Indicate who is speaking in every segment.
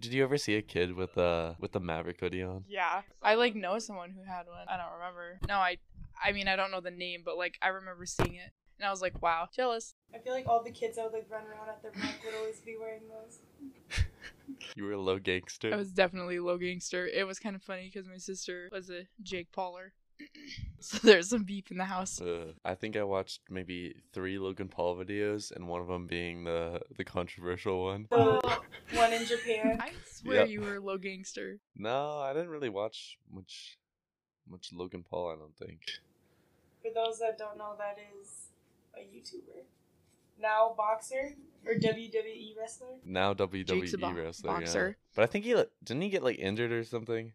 Speaker 1: Did you ever see a kid with a with a Maverick hoodie on?
Speaker 2: Yeah, I like know someone who had one. I don't remember. No, I, I mean I don't know the name, but like I remember seeing it, and I was like, wow, jealous.
Speaker 3: I feel like all the kids that would like run around at their block would always be wearing those.
Speaker 1: You were a low gangster.
Speaker 2: I was definitely low gangster. It was kind of funny because my sister was a Jake Pauler, so there's some beef in the house.
Speaker 1: Ugh. I think I watched maybe three Logan Paul videos, and one of them being the the controversial one.
Speaker 2: Uh.
Speaker 3: The one in Japan.
Speaker 2: I swear
Speaker 1: Yeah.
Speaker 2: you were low gangster.
Speaker 1: No, I didn't really watch much much Logan Paul. I don't think.
Speaker 3: For those that don't know, that is a YouTuber. Now boxer or WWE wrestler.
Speaker 1: Now
Speaker 2: Jake's a
Speaker 1: WWE
Speaker 2: bo-
Speaker 1: wrestler. yeah.
Speaker 2: boxer.
Speaker 1: But I think he like, didn't he get like injured or something.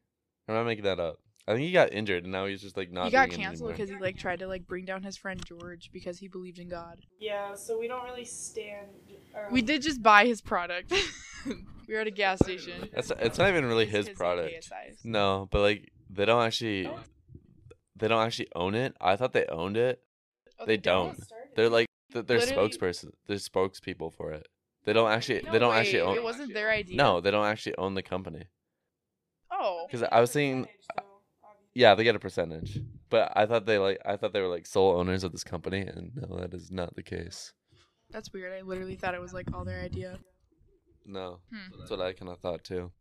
Speaker 1: Or am I making that up? I think he got injured, and now he's just like not.
Speaker 2: he got
Speaker 1: doing it
Speaker 2: canceled
Speaker 1: anymore.
Speaker 2: because he like tried to like bring down his friend George because he believed in God.
Speaker 3: Yeah, so we don't really stand. Or,
Speaker 2: We did just buy his product. we were at a gas station.
Speaker 1: That's it's not even really
Speaker 2: It's
Speaker 1: his
Speaker 2: like,
Speaker 1: product.
Speaker 2: KSI's.
Speaker 1: No, but like they don't actually
Speaker 2: Oh.
Speaker 1: they don't actually own it. I thought they owned it.
Speaker 2: Oh,
Speaker 1: they
Speaker 3: Don't
Speaker 1: don't.
Speaker 3: start it.
Speaker 1: They're like th- they're
Speaker 2: Literally-
Speaker 1: spokesperson. They're spokespeople for it. They don't actually
Speaker 2: No
Speaker 1: they don't
Speaker 2: way.
Speaker 1: actually
Speaker 2: It
Speaker 1: own
Speaker 2: wasn't their idea.
Speaker 1: No, they don't actually own the company.
Speaker 2: Oh.
Speaker 1: 'Cause I was thinking-
Speaker 3: Percentage, though, obviously.
Speaker 1: Yeah, they get a percentage. But I thought they like I thought they were like sole owners of this company and no that is not the case.
Speaker 2: That's weird. I literally thought it was like all their idea.
Speaker 1: No.
Speaker 2: Hmm.
Speaker 1: That's what I kind of thought too.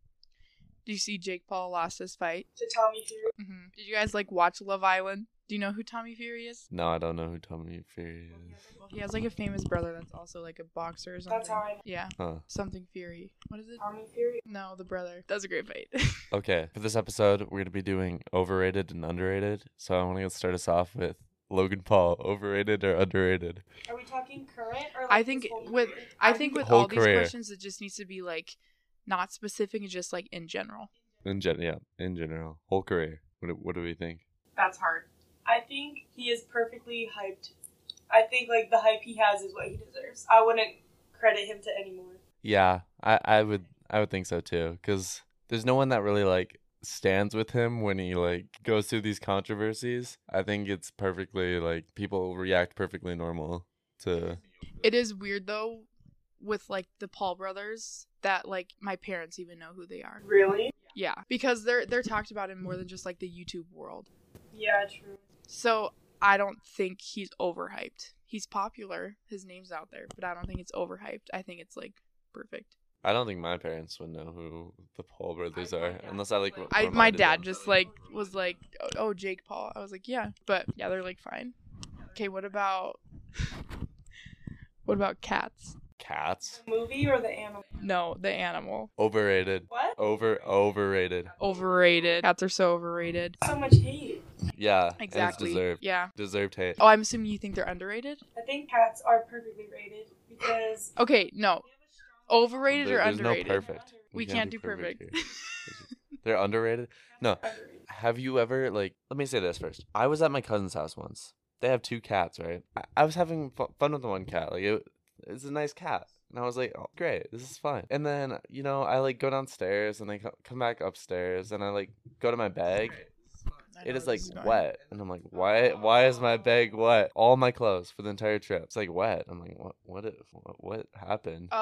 Speaker 2: Do you see Jake Paul lost his fight?
Speaker 3: To Tommy Fury.
Speaker 1: Mm-hmm.
Speaker 2: hmm Did you guys like watch Love Island? Do you know who Tommy Fury is?
Speaker 1: No, I don't know who Tommy Fury is.
Speaker 2: Well, he has like a famous brother that's also like a boxer or something.
Speaker 3: That's how I know
Speaker 2: Yeah,
Speaker 1: Huh.
Speaker 2: something Fury. What is it?
Speaker 3: Tommy Fury.
Speaker 2: No, the brother. That was a great fight.
Speaker 1: Okay, for this episode, we're going to be doing overrated and underrated. So I want to start us off with Logan Paul, overrated or underrated?
Speaker 3: Are we talking current or? Like
Speaker 2: I think
Speaker 3: his whole
Speaker 2: with
Speaker 3: career?
Speaker 2: I think with
Speaker 1: Whole
Speaker 2: all these
Speaker 1: career.
Speaker 2: questions, it just needs to be like not specific and just like in general.
Speaker 1: In gen- yeah, in general, whole career. What do, what do we think?
Speaker 3: that's hard. I think he is perfectly hyped. I think like the hype he has is what he deserves. I wouldn't credit him to any more.
Speaker 1: Yeah, I, I would I would think so too cuz there's no one that really like stands with him when he like goes through these controversies. I think it's perfectly like people react perfectly normal to
Speaker 2: It is weird though, with like the Paul brothers that like my parents even know who they are.
Speaker 3: Really?
Speaker 2: Yeah, because they're they're talked about in more than just like the YouTube world.
Speaker 3: Yeah, true.
Speaker 2: So I don't think he's overhyped. He's popular. His name's out there, but I don't think it's overhyped. I think it's like perfect.
Speaker 1: I don't think my parents would know who the Paul brothers
Speaker 3: I- my
Speaker 1: are
Speaker 3: dad
Speaker 1: unless I like
Speaker 3: would.
Speaker 1: re-
Speaker 2: I my
Speaker 1: reminded
Speaker 2: dad
Speaker 1: them.
Speaker 2: just like was like, "Oh, "Oh, Jake Paul." I was like, "Yeah," but yeah, they're like fine. Okay, what about what about cats?
Speaker 1: cats
Speaker 3: The movie or the animal?
Speaker 2: No, the animal.
Speaker 1: overrated
Speaker 3: What?
Speaker 1: over overrated
Speaker 2: Overrated. Cats are so overrated.
Speaker 3: So much hate.
Speaker 1: Yeah, and
Speaker 2: Exactly.
Speaker 1: It's deserved.
Speaker 2: Yeah.
Speaker 1: Deserved hate.
Speaker 2: Oh, I'm assuming you think they're underrated?
Speaker 3: I think cats are perfectly rated because
Speaker 2: Okay, no.
Speaker 1: Oh,
Speaker 2: Overrated
Speaker 1: There-
Speaker 2: or
Speaker 1: there's
Speaker 2: underrated?
Speaker 1: no perfect.
Speaker 2: We can't do perfect.
Speaker 1: here. They're underrated. No.
Speaker 3: Underrated.
Speaker 1: Have you ever like? Let me say this first. I was at my cousin's house once. They have two cats, right? I, I was having fu- fun with the one cat. Like it, it's a nice cat. And I was like, oh, great, this is fun. And then, you know, I like go downstairs and I co- come back upstairs and I like go to my bag.
Speaker 2: I know
Speaker 1: It is
Speaker 2: where
Speaker 1: like
Speaker 2: this going.
Speaker 1: wet. And I'm like, why why is my bag wet? All my clothes for the entire trip. It's like wet. I'm like, what what if, what, what happened?
Speaker 2: Oh.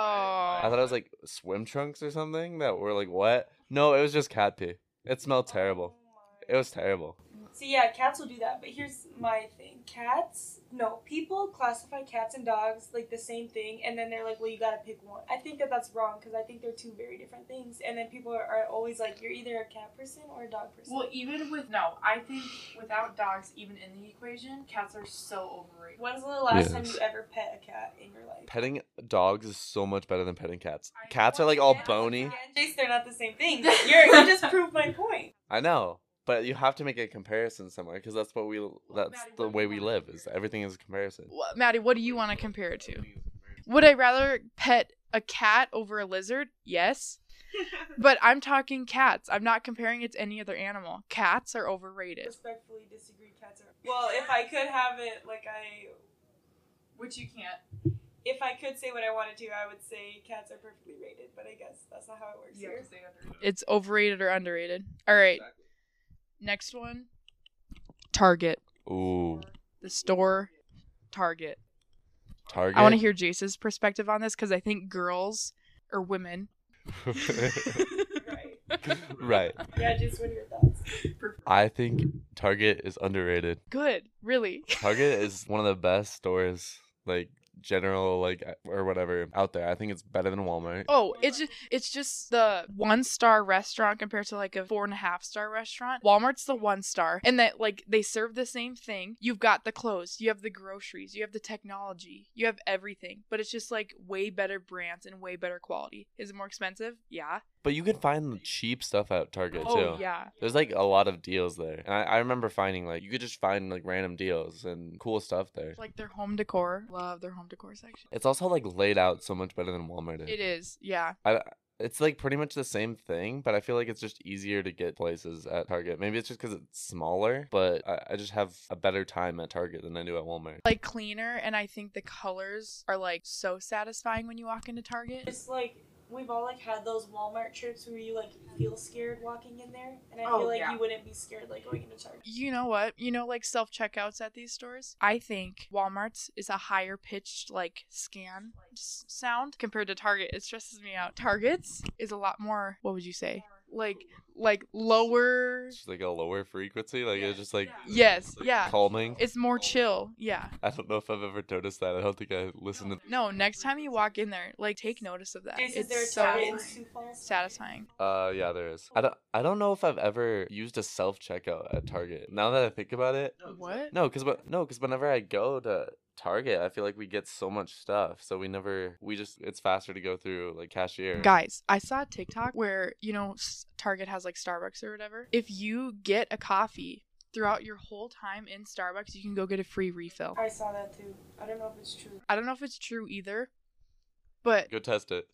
Speaker 1: I thought it was like swim trunks or something that were like wet. No, it was just cat pee. It smelled terrible.
Speaker 3: Oh
Speaker 1: It was terrible.
Speaker 3: my. See, yeah, cats will do that. But here's my thing: cats. No, people classify cats and dogs like the same thing, and then they're like, "Well, you gotta pick one." I think that that's wrong because I think they're two very different things. And then people are, are always like, "You're either a cat person or a dog person."
Speaker 2: Well, even with no, I think without dogs even in the equation, cats are so overrated.
Speaker 3: When's the last
Speaker 1: Yes.
Speaker 3: time you ever pet a cat in your life?
Speaker 1: Petting dogs is so much better than petting cats.
Speaker 2: I-
Speaker 1: Cats are like all
Speaker 3: Yeah,
Speaker 1: bony.
Speaker 3: yeah, Jace, they're not the same thing. You're, you just proved my point.
Speaker 1: I know, but you have to make a comparison somewhere because that's what we that's the way we live. Is everything is a comparison.
Speaker 2: What, Maddie, what do you want to compare it to? Would I rather pet a cat over a lizard? Yes. But I'm talking cats. I'm not comparing it to any other animal. Cats are overrated.
Speaker 3: Respectfully disagree. Cats are. Well, if I could have it, like I,
Speaker 2: Which you can't.
Speaker 3: if I could say what I wanted to, I would say cats are perfectly rated. But I guess that's not how it works here.
Speaker 2: It's overrated or underrated. All right. Next one Target.
Speaker 1: Ooh,
Speaker 2: The store, Target.
Speaker 1: Target.
Speaker 2: I want to hear Jace's perspective on this because I think girls or women
Speaker 3: Right.
Speaker 1: right.
Speaker 3: Yeah, just what are your thoughts?
Speaker 1: I think Target is underrated.
Speaker 2: Good, really.
Speaker 1: Target is one of the best stores, like general, like or whatever out there. I think it's better than Walmart.
Speaker 2: Oh, it's just, it's just the one star restaurant compared to like a four and a half star restaurant. Walmart's the one star, and that like they serve the same thing. You've got the clothes, you have the groceries, you have the technology, you have everything, but it's just like way better brands and way better quality. Is it more expensive? Yeah.
Speaker 1: But you can find cheap stuff at Target
Speaker 2: Oh
Speaker 1: too.
Speaker 2: yeah.
Speaker 1: There's like a lot of deals there. And I, I remember finding like you could just find like random deals and cool stuff there.
Speaker 2: Like their home decor. Love their home decor section.
Speaker 1: It's also like laid out so much better than Walmart is.
Speaker 2: It is. Yeah.
Speaker 1: It's like pretty much the same thing, but I feel like it's just easier to get places at Target. Maybe it's just because it's smaller, but I, I just have a better time at Target than I do at Walmart.
Speaker 2: Like cleaner, and I think the colors are like so satisfying when you walk into Target.
Speaker 3: It's like we've all like had those Walmart trips where you like feel scared walking in there, and I
Speaker 4: Oh,
Speaker 3: feel like
Speaker 4: yeah.
Speaker 3: you wouldn't be scared like going into Target.
Speaker 2: You know what? You know, like self checkouts at these stores. I think Walmart's is a higher pitched, like scan s- sound compared to Target. It stresses me out. Target's is a lot more. What would you say? Like, like lower.
Speaker 1: It's just like a lower frequency. Like it's just like
Speaker 2: Yes. Yeah.
Speaker 1: calming.
Speaker 2: It's more chill. Yeah.
Speaker 1: I don't know if I've ever noticed that. I don't think I listened to
Speaker 2: No. Next time you walk in there, like take notice of that.
Speaker 3: Is, is there a
Speaker 2: It's
Speaker 3: Target
Speaker 2: so
Speaker 3: in Sioux Falls?
Speaker 2: satisfying.
Speaker 1: Uh, yeah, there is. I don't. I don't know if I've ever used a self checkout at Target. Now that I think about it,
Speaker 2: What?
Speaker 1: no, cause but no, cause whenever I go to Target, I feel like we get so much stuff, so we never. We just it's faster to go through like cashier.
Speaker 2: Guys, I saw a TikTok where, you know, S- Target has like Starbucks or whatever. If you get a coffee throughout your whole time in Starbucks, you can go get a free refill.
Speaker 3: I saw that too. I don't know if it's true.
Speaker 2: I don't know if it's true either, but
Speaker 1: Go test it.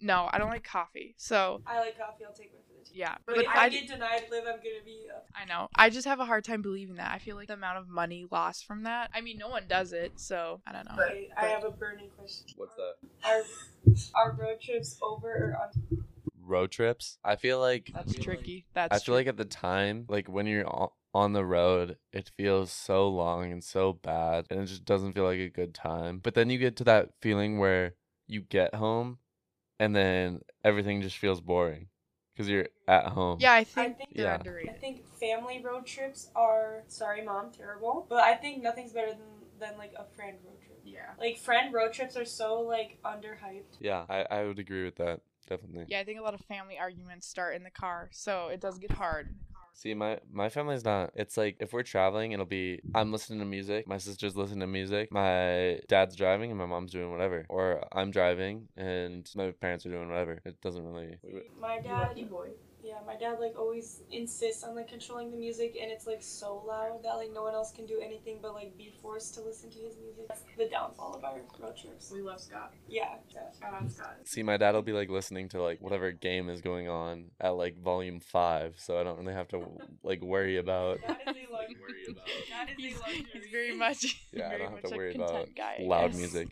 Speaker 2: no, I don't like coffee. So,
Speaker 3: I like coffee. I'll take one for the team.
Speaker 2: yeah.
Speaker 3: But,
Speaker 2: But
Speaker 3: if I,
Speaker 2: I,
Speaker 3: get denied live, I'm gonna be. Uh,
Speaker 2: I know. I just have a hard time believing that. I feel like the amount of money lost from that. I mean, no one does it, so I don't know.
Speaker 3: okay, I have a burning question.
Speaker 1: What's that?
Speaker 3: Are are road trips over or on?
Speaker 1: Road trips. I feel like
Speaker 2: That's tricky. That's
Speaker 1: I feel like at the time, like when you're o- on the road, it feels so long and so bad, and it just doesn't feel like a good time. But then you get to that feeling where you get home, and then everything just feels boring because you're at home.
Speaker 2: yeah, I think,
Speaker 3: think-
Speaker 2: they're
Speaker 1: Yeah.
Speaker 3: I
Speaker 2: underrated.
Speaker 3: think family road trips are sorry, mom, terrible. But I think nothing's better than than like a friend road trip.
Speaker 4: Yeah.
Speaker 3: Like friend road trips are so like underhyped.
Speaker 1: Yeah, I, I would agree with that definitely.
Speaker 2: Yeah, I think a lot of family arguments start in the car, so it does get hard.
Speaker 1: See, my my family's not. It's like if we're traveling, it'll be I'm listening to music, my sister's listening to music, my dad's driving, and my mom's doing whatever, or I'm driving and my parents are doing whatever. It doesn't really.
Speaker 3: My
Speaker 4: Lucky
Speaker 3: dad,
Speaker 4: boy.
Speaker 3: yeah, my dad like always insists on like controlling the music, and it's like so loud that like no one else can do anything but like be forced to listen to his music. That's the downfall of our road trips.
Speaker 4: We love Scott.
Speaker 3: Yeah. yeah.
Speaker 4: Shout out Scott.
Speaker 1: See, my dad will be like listening to like whatever game is going on at like volume five, so I don't really have to like worry about
Speaker 3: That is a luxury. That is
Speaker 2: He's,
Speaker 3: a luxury.
Speaker 2: he's very much,
Speaker 1: Yeah, I
Speaker 2: very
Speaker 1: don't have
Speaker 2: much
Speaker 1: to
Speaker 2: a
Speaker 1: worry about
Speaker 2: content guy. I
Speaker 1: loud
Speaker 2: guess.
Speaker 1: music.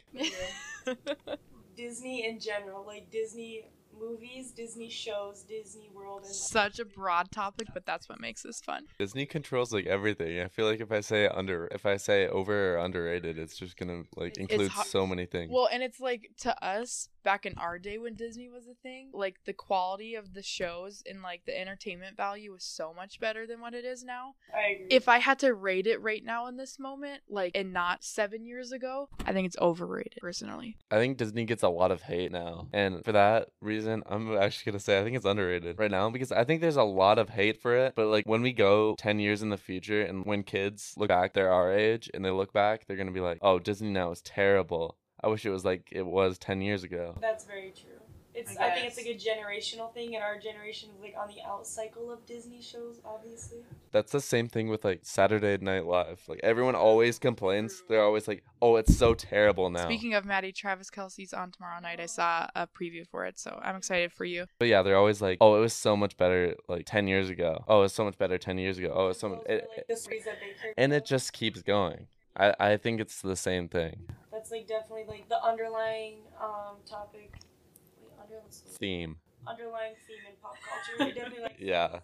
Speaker 3: Disney in general, like Disney movies, Disney shows, Disney World, and like,
Speaker 2: Such a broad topic, but that's what makes this fun.
Speaker 1: Disney controls like everything. I feel like if I say under, if I say over or underrated, it's just gonna like
Speaker 2: It's
Speaker 1: include
Speaker 2: hard-
Speaker 1: so many things.
Speaker 2: Well, and it's like to us back in our day when Disney was a thing, like the quality of the shows and like the entertainment value was so much better than what it is now.
Speaker 3: I agree.
Speaker 2: If I had to rate it right now in this moment, like and not seven years ago, I think it's overrated personally.
Speaker 1: I think Disney gets a lot of hate now. And for that reason, I'm actually going to say I think it's underrated right now because I think there's a lot of hate for it. But like when we go 10 years in the future and when kids look back, they're our age and they look back, they're going to be like, oh, Disney now is terrible. I wish it was like it was 10 years ago.
Speaker 3: That's very true. It's
Speaker 4: I
Speaker 3: I, think it's
Speaker 4: guess.
Speaker 3: like a generational thing, and our generation is like on the out cycle of Disney shows, obviously.
Speaker 1: That's the same thing with like Saturday Night Live. Like everyone always complains. They're always like, oh, it's so terrible now.
Speaker 2: Speaking of Maddie, Travis Kelsey's on tomorrow night. I saw a preview for it, so I'm excited for you.
Speaker 1: but yeah, they're always like, oh, it was so much better like 10 years ago. Oh, it's so much better 10 years ago. Oh, it's so much.
Speaker 3: Those are,
Speaker 1: It,
Speaker 3: like, the stories that they care
Speaker 1: and it
Speaker 3: about.
Speaker 1: just keeps going. I, I think it's the same thing
Speaker 3: that's like definitely like the underlying um topic, wait, under,
Speaker 1: theme.
Speaker 3: underlying theme in pop culture. It definitely like
Speaker 1: Yeah.
Speaker 3: flows in and out.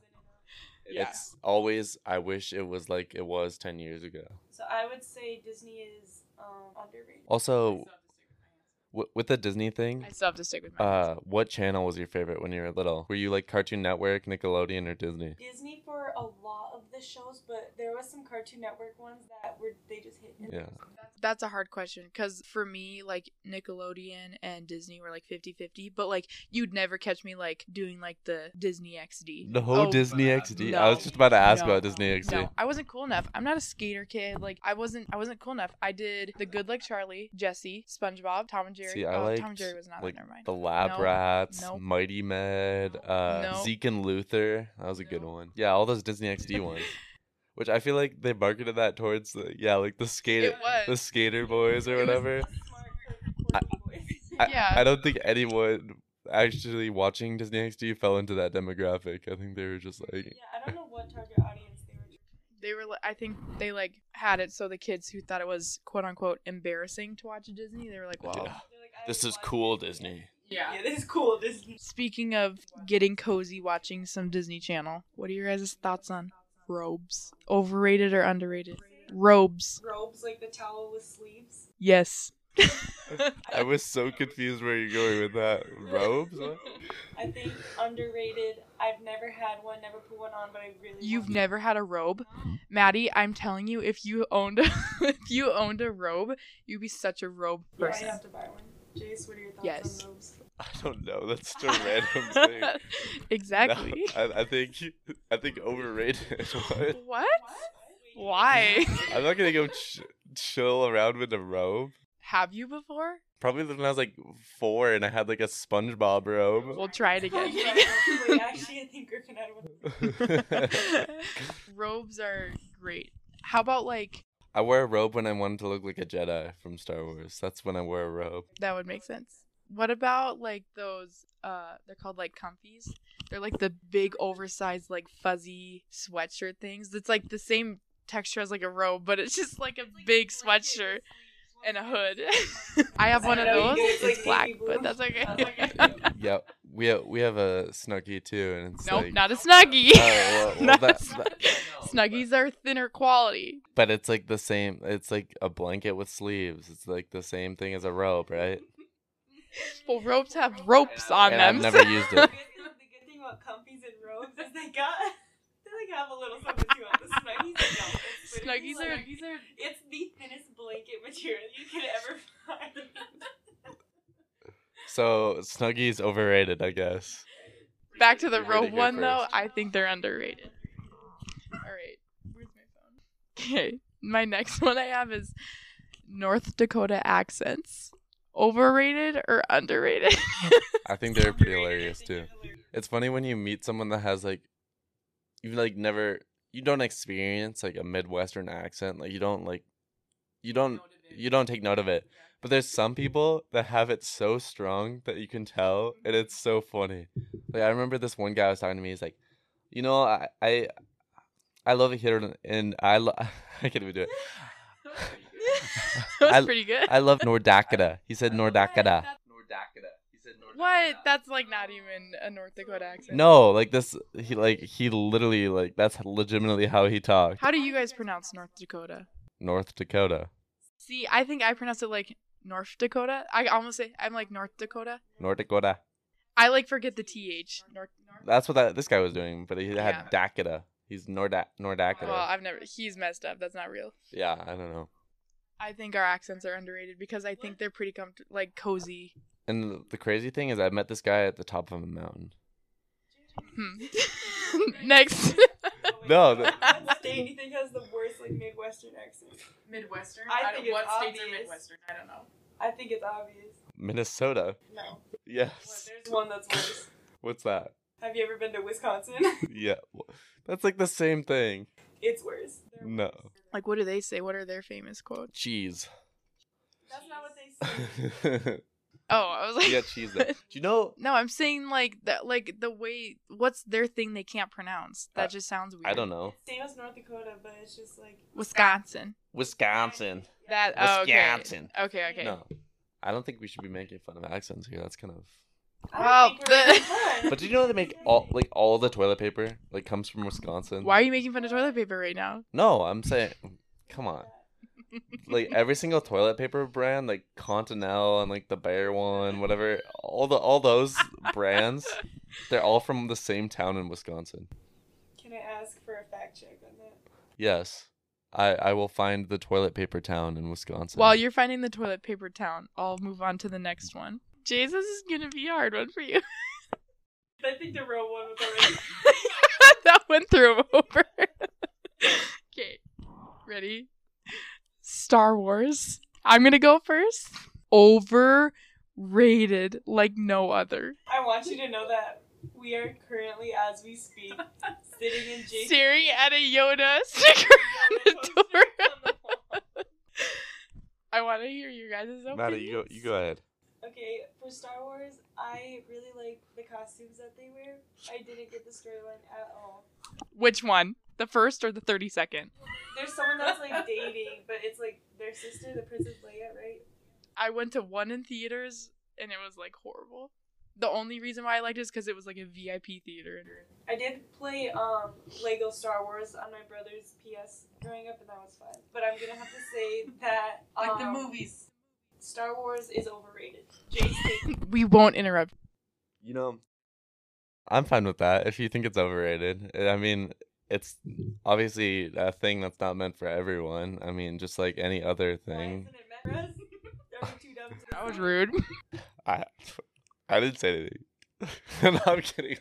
Speaker 2: Yeah.
Speaker 1: It's always I wish it was like it was ten years ago. Oh.
Speaker 3: So I would say Disney is um underrated.
Speaker 1: Also, w- with the Disney thing.
Speaker 2: I still have to stick with my
Speaker 1: Uh, what channel was your favorite when you were little? Were you like Cartoon Network, Nickelodeon, or Disney?
Speaker 3: Disney for a lot of the shows, but there was some Cartoon Network ones that were they just hit. and-
Speaker 1: Yeah.
Speaker 2: That's- That's a hard question because for me, like Nickelodeon and Disney were like 50 50, but like you'd never catch me like doing like the Disney XD.
Speaker 1: No
Speaker 2: Oh,
Speaker 1: Disney
Speaker 4: uh,
Speaker 1: XD.
Speaker 2: no.
Speaker 1: I was just about to ask
Speaker 2: No,
Speaker 1: about Disney XD.
Speaker 2: No, I wasn't cool enough. I'm not a skater kid. Like I wasn't. I wasn't cool enough. I did the Good Like Charlie, Jesse, SpongeBob, Tom and Jerry.
Speaker 1: See, I
Speaker 2: oh,
Speaker 1: liked,
Speaker 2: Tom and Jerry was not.
Speaker 1: like,
Speaker 2: never mind.
Speaker 1: The Lab
Speaker 2: Nope.
Speaker 1: Rats,
Speaker 2: Nope.
Speaker 1: Mighty Med, uh,
Speaker 2: Nope.
Speaker 1: Zeke and Luther. That was a good
Speaker 2: Nope.
Speaker 1: one. Yeah, all those Disney XD ones. Which I feel like they marketed that towards the yeah, like the skater,
Speaker 2: it was.
Speaker 1: the skater boys or
Speaker 3: It was
Speaker 1: whatever.
Speaker 3: the smart, quirky boys.
Speaker 1: I,
Speaker 2: Yeah.
Speaker 1: I don't think anyone actually watching Disney XD fell into that demographic. I think they were just like,
Speaker 3: Yeah, I don't know what target audience they were.
Speaker 2: they were. li- I think they like had it so the kids who thought it was quote unqute embarrassing to watch a Disney, they were like, wow.
Speaker 1: Yeah.
Speaker 3: they're like, I
Speaker 1: Ah, This is
Speaker 3: watch
Speaker 1: cool, Disney.
Speaker 3: Yeah, this is cool Disney.
Speaker 2: Speaking of getting cozy watching some Disney Channel, what are your guys' thoughts on robes? Overrated or underrated? Robes.
Speaker 3: Robes like the towel with sleeves.
Speaker 2: Yes.
Speaker 1: I was so confused where you're going with that. Robes? What?
Speaker 3: I think underrated. I've never had one, never put one on, but I really
Speaker 2: You've
Speaker 3: want
Speaker 2: never had a robe? Maddie, I'm telling you, if you owned a, if you owned a robe, you'd be such a robe
Speaker 3: one.
Speaker 2: person.
Speaker 3: I have to buy one. Jace, what are your thoughts
Speaker 2: Yes.
Speaker 3: on robes?
Speaker 1: I don't know. That's just a random thing. No,
Speaker 2: exactly.
Speaker 1: I, I think I think overrated. What?
Speaker 2: What?
Speaker 3: What?
Speaker 2: Why?
Speaker 1: I'm not gonna go ch- chill around with a robe.
Speaker 2: Have you before?
Speaker 1: Probably when I was like four and I had like a SpongeBob robe.
Speaker 2: We'll try it
Speaker 3: Oh,
Speaker 2: again.
Speaker 3: yeah. Wait, actually, I think Griffin had one.
Speaker 2: Robes are great. How about like
Speaker 1: I wear a robe when I wanted to look like a Jedi from Star Wars. That's when I wear a robe.
Speaker 2: That would make sense. What about like those uh they're called like comfies? They're like the big oversized like fuzzy sweatshirt things. That's like the same texture as like a robe, but it's just like a big sweatshirt and a hood. I have one of
Speaker 3: I know, you
Speaker 2: those.
Speaker 3: guys, like,
Speaker 2: It's black,
Speaker 3: baby blue.
Speaker 2: but that's okay.
Speaker 1: yeah, we have, we have a Snuggie too, and it's
Speaker 2: Nope,
Speaker 1: like
Speaker 2: not a snuggie.
Speaker 1: Oh, well- well,
Speaker 2: Not a
Speaker 1: that-
Speaker 2: snug-
Speaker 4: that-
Speaker 2: Snuggies are thinner quality.
Speaker 1: but it's like the same. It's like a blanket with sleeves. It's like the same thing as a robe, right?
Speaker 2: Well, ropes have ropes on
Speaker 1: And
Speaker 2: them.
Speaker 1: I've
Speaker 2: so-
Speaker 1: never used
Speaker 3: The
Speaker 1: it.
Speaker 3: good thing- the good thing about comfies and robes is they got they like have a little something too on the snuggies. and outfits, but
Speaker 2: Snuggies
Speaker 3: it's like-
Speaker 2: are
Speaker 3: It's the thinnest blanket material you could ever find.
Speaker 1: So Snuggie's overrated, I guess.
Speaker 2: back to the
Speaker 1: You gotta
Speaker 2: robe
Speaker 1: go
Speaker 2: one though.
Speaker 1: first.
Speaker 2: I think they're underrated. All right. Where's my phone? Okay. My next one I have is North Dakota accents. Overrated or underrated?
Speaker 1: I think they're pretty hilarious
Speaker 3: I think
Speaker 1: too.
Speaker 3: it's hilarious.
Speaker 1: It's funny when you meet someone that has like, you've like never, you don't experience like a Midwestern accent. Like you don't like, you don't you don't take note of it. But there's some people that have it so strong that you can tell, and it's so funny. Like I remember this one guy was talking to me. He's like, you know, I I, I love it here, in- and I lo- I can't even do it.
Speaker 2: that was
Speaker 1: I-
Speaker 2: pretty good.
Speaker 1: I love Nordakota. He said Nordakota.
Speaker 2: what? That's like not even a North Dakota accent.
Speaker 1: No, like this. He like he literally like that's legitimately how he talked.
Speaker 2: How do you guys pronounce North Dakota?
Speaker 1: North Dakota,
Speaker 2: See, I think I pronounce it like North Dakota. I almost say I'm like North Dakota.
Speaker 1: North Dakota.
Speaker 2: I like forget the th. North.
Speaker 1: That's what that this guy was doing, but he had
Speaker 2: Yeah.
Speaker 1: Dakota. He's Norda Nordakota.
Speaker 2: Well, I've never. He's messed up. That's not real.
Speaker 1: yeah, I don't know.
Speaker 2: I think our accents are underrated because I think they're pretty com- like cozy.
Speaker 1: And the- the crazy thing is, I met this guy at the top of a mountain.
Speaker 2: Hmm. Next.
Speaker 3: Oh, wait,
Speaker 1: No,
Speaker 3: what
Speaker 2: the-
Speaker 3: state do you think has the worst like Midwestern accent?
Speaker 2: Midwestern.
Speaker 3: I I don't- think it's what states are obvious. Midwestern?
Speaker 2: I don't know.
Speaker 3: I think it's obvious.
Speaker 1: Minnesota.
Speaker 3: No,
Speaker 1: Yes.
Speaker 3: there's one that's worse.
Speaker 1: What's that?
Speaker 3: Have you ever been to Wisconsin?
Speaker 1: yeah. wh- That's like the same thing.
Speaker 3: It's worse. They're
Speaker 1: No.
Speaker 3: worse.
Speaker 2: Like, what do they say? What are their famous quotes?
Speaker 1: Cheese.
Speaker 3: That's not what they say.
Speaker 1: yeah,
Speaker 2: Oh, I was like,
Speaker 1: cheese. Though. Do you know?
Speaker 2: no, I'm saying like that, like the way. What's their thing they can't pronounce? That
Speaker 1: Uh,
Speaker 2: just sounds weird.
Speaker 1: I don't know.
Speaker 3: Same as North Dakota, but it's just like
Speaker 2: Wisconsin.
Speaker 1: Wisconsin.
Speaker 2: That. Oh,
Speaker 1: Wisconsin.
Speaker 2: Okay. Okay. okay.
Speaker 1: No. I don't think we should be making fun of accents here. That's kind of.
Speaker 3: I don't
Speaker 2: Wow,
Speaker 3: think we're
Speaker 2: oh, the-
Speaker 3: having fun.
Speaker 1: But did you know they make all like all the toilet paper like comes from Wisconsin?
Speaker 2: Why are you making fun of toilet paper right now?
Speaker 1: No, I'm saying, come on. like every single toilet paper brand, like Continental and like the Bear one, whatever, all the all those brands, they're all from the same town in Wisconsin.
Speaker 3: Can I ask for a fact check on that?
Speaker 1: Yes. I, I will find the toilet paper town in Wisconsin.
Speaker 2: While you're finding the toilet paper town, I'll move on to the next one. Jay's this is gonna be a hard one for you.
Speaker 3: I think the real one was already.
Speaker 2: that went through over. okay, ready? Star Wars. I'm gonna go first. Overrated like no other.
Speaker 3: I want you to know that we are currently, as we speak, sitting in Jason's
Speaker 2: Staring at a Yoda sticker on the door. I want to hear your guys' opinions.
Speaker 1: Maddie, you go, you go ahead.
Speaker 3: Okay, for Star Wars, I really like the costumes that they wear. I didn't get the storyline at all.
Speaker 2: Which one? The first or the thirty second?
Speaker 3: There's someone that's like dating, but it's like their sister, the Princess Leia, right?
Speaker 2: I went to one in theaters and it was like horrible. The only reason why I liked it is because it was like a VIP theater.
Speaker 3: I did play um Lego Star Wars on my brother's PS growing up, and that was fun. But I'm gonna have to say that
Speaker 4: Like the
Speaker 3: um,
Speaker 4: movies.
Speaker 3: Star Wars is overrated. Jason,
Speaker 2: We won't interrupt.
Speaker 1: You know, I'm fine with that. If you think it's overrated, I I mean, it's obviously a thing that's not meant for everyone. I mean, just like any other
Speaker 3: why
Speaker 1: thing.
Speaker 3: isn't it meant for us? Are we too dumb to
Speaker 2: That was rude.
Speaker 1: I, I didn't say anything. no, I'm kidding.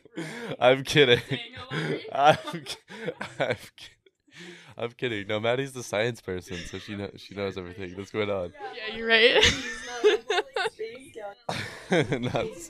Speaker 1: I'm kidding.
Speaker 4: Daniel Lowry?
Speaker 1: I'm, ki- I'm, ki- I'm kidding. No, Maddie's the science person, so she knows she knows everything that's going on.
Speaker 2: Yeah, you're right.
Speaker 3: He's not like a, like, space gal.
Speaker 1: Nuts.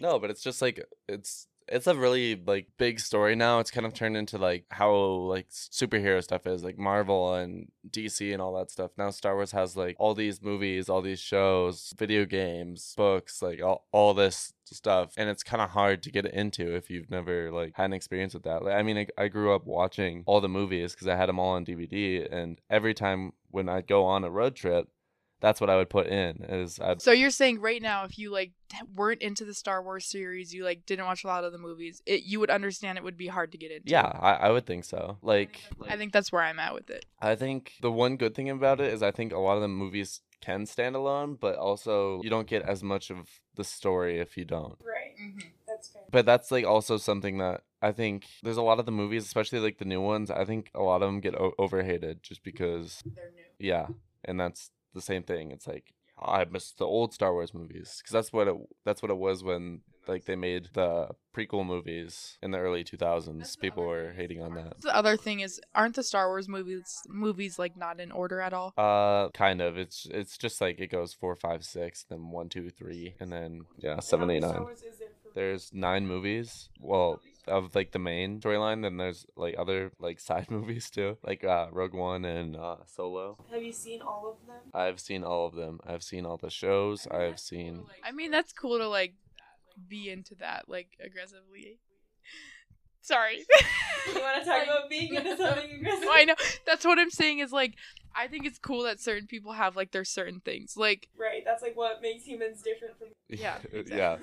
Speaker 1: No, but it's just like it's it's a really like big story now. It's kind of turned into like how like superhero stuff is, like Marvel and DC and all that stuff. Now Star Wars has like all these movies, all these shows, video games, books, like all, all this stuff and it's kind of hard to get into if you've never like had an experience with that like, i mean I, I grew up watching all the movies because i had them all on dvd and every time when i'd go on a road trip that's what i would put in is i'd
Speaker 2: so you're saying right now, if you like t- weren't into the Star Wars series, you like didn't watch a lot of the movies, it you would understand it would be hard to get into.
Speaker 1: yeah i, I would think so like
Speaker 2: I think that's where I'm at with it.
Speaker 1: I think the one good thing about it is I think a lot of the movies can stand alone, but also you don't get as much of the story if you don't.
Speaker 3: Right,
Speaker 4: Mhm.
Speaker 3: that's fair.
Speaker 1: But that's like also something that I think there's a lot of the movies, especially like the new ones, I think a lot of them get o- overhated just because,
Speaker 4: They're new.
Speaker 1: yeah. And that's the same thing. It's like, "Oh, I miss the old Star Wars movies because that's what it that's what it was when like they made the prequel movies in the early 2000s. People were hating on that.
Speaker 2: The other thing is, aren't the Star Wars movies movies like not in order at all?
Speaker 1: Uh, kind of. It's it's just like it goes four, five, six, then one, two, three, and then yeah, seven,
Speaker 3: How
Speaker 1: eight,
Speaker 3: many Star
Speaker 1: nine.
Speaker 3: Wars is there for
Speaker 1: There's nine movies. Well, of like the main storyline, then there's like other like side movies too, like uh, Rogue One and uh, Solo.
Speaker 3: Have you seen all of them?
Speaker 1: I've seen all of them. I've seen all the shows. I've seen.
Speaker 2: I mean, that's cool to like be into that like aggressively. Sorry.
Speaker 3: You want to talk about being into something aggressive?
Speaker 2: Well, I know that's what I'm saying is like I think it's cool that certain people have like their certain things. Like
Speaker 3: Right, that's like what makes humans different from.
Speaker 2: Yeah,
Speaker 1: yeah.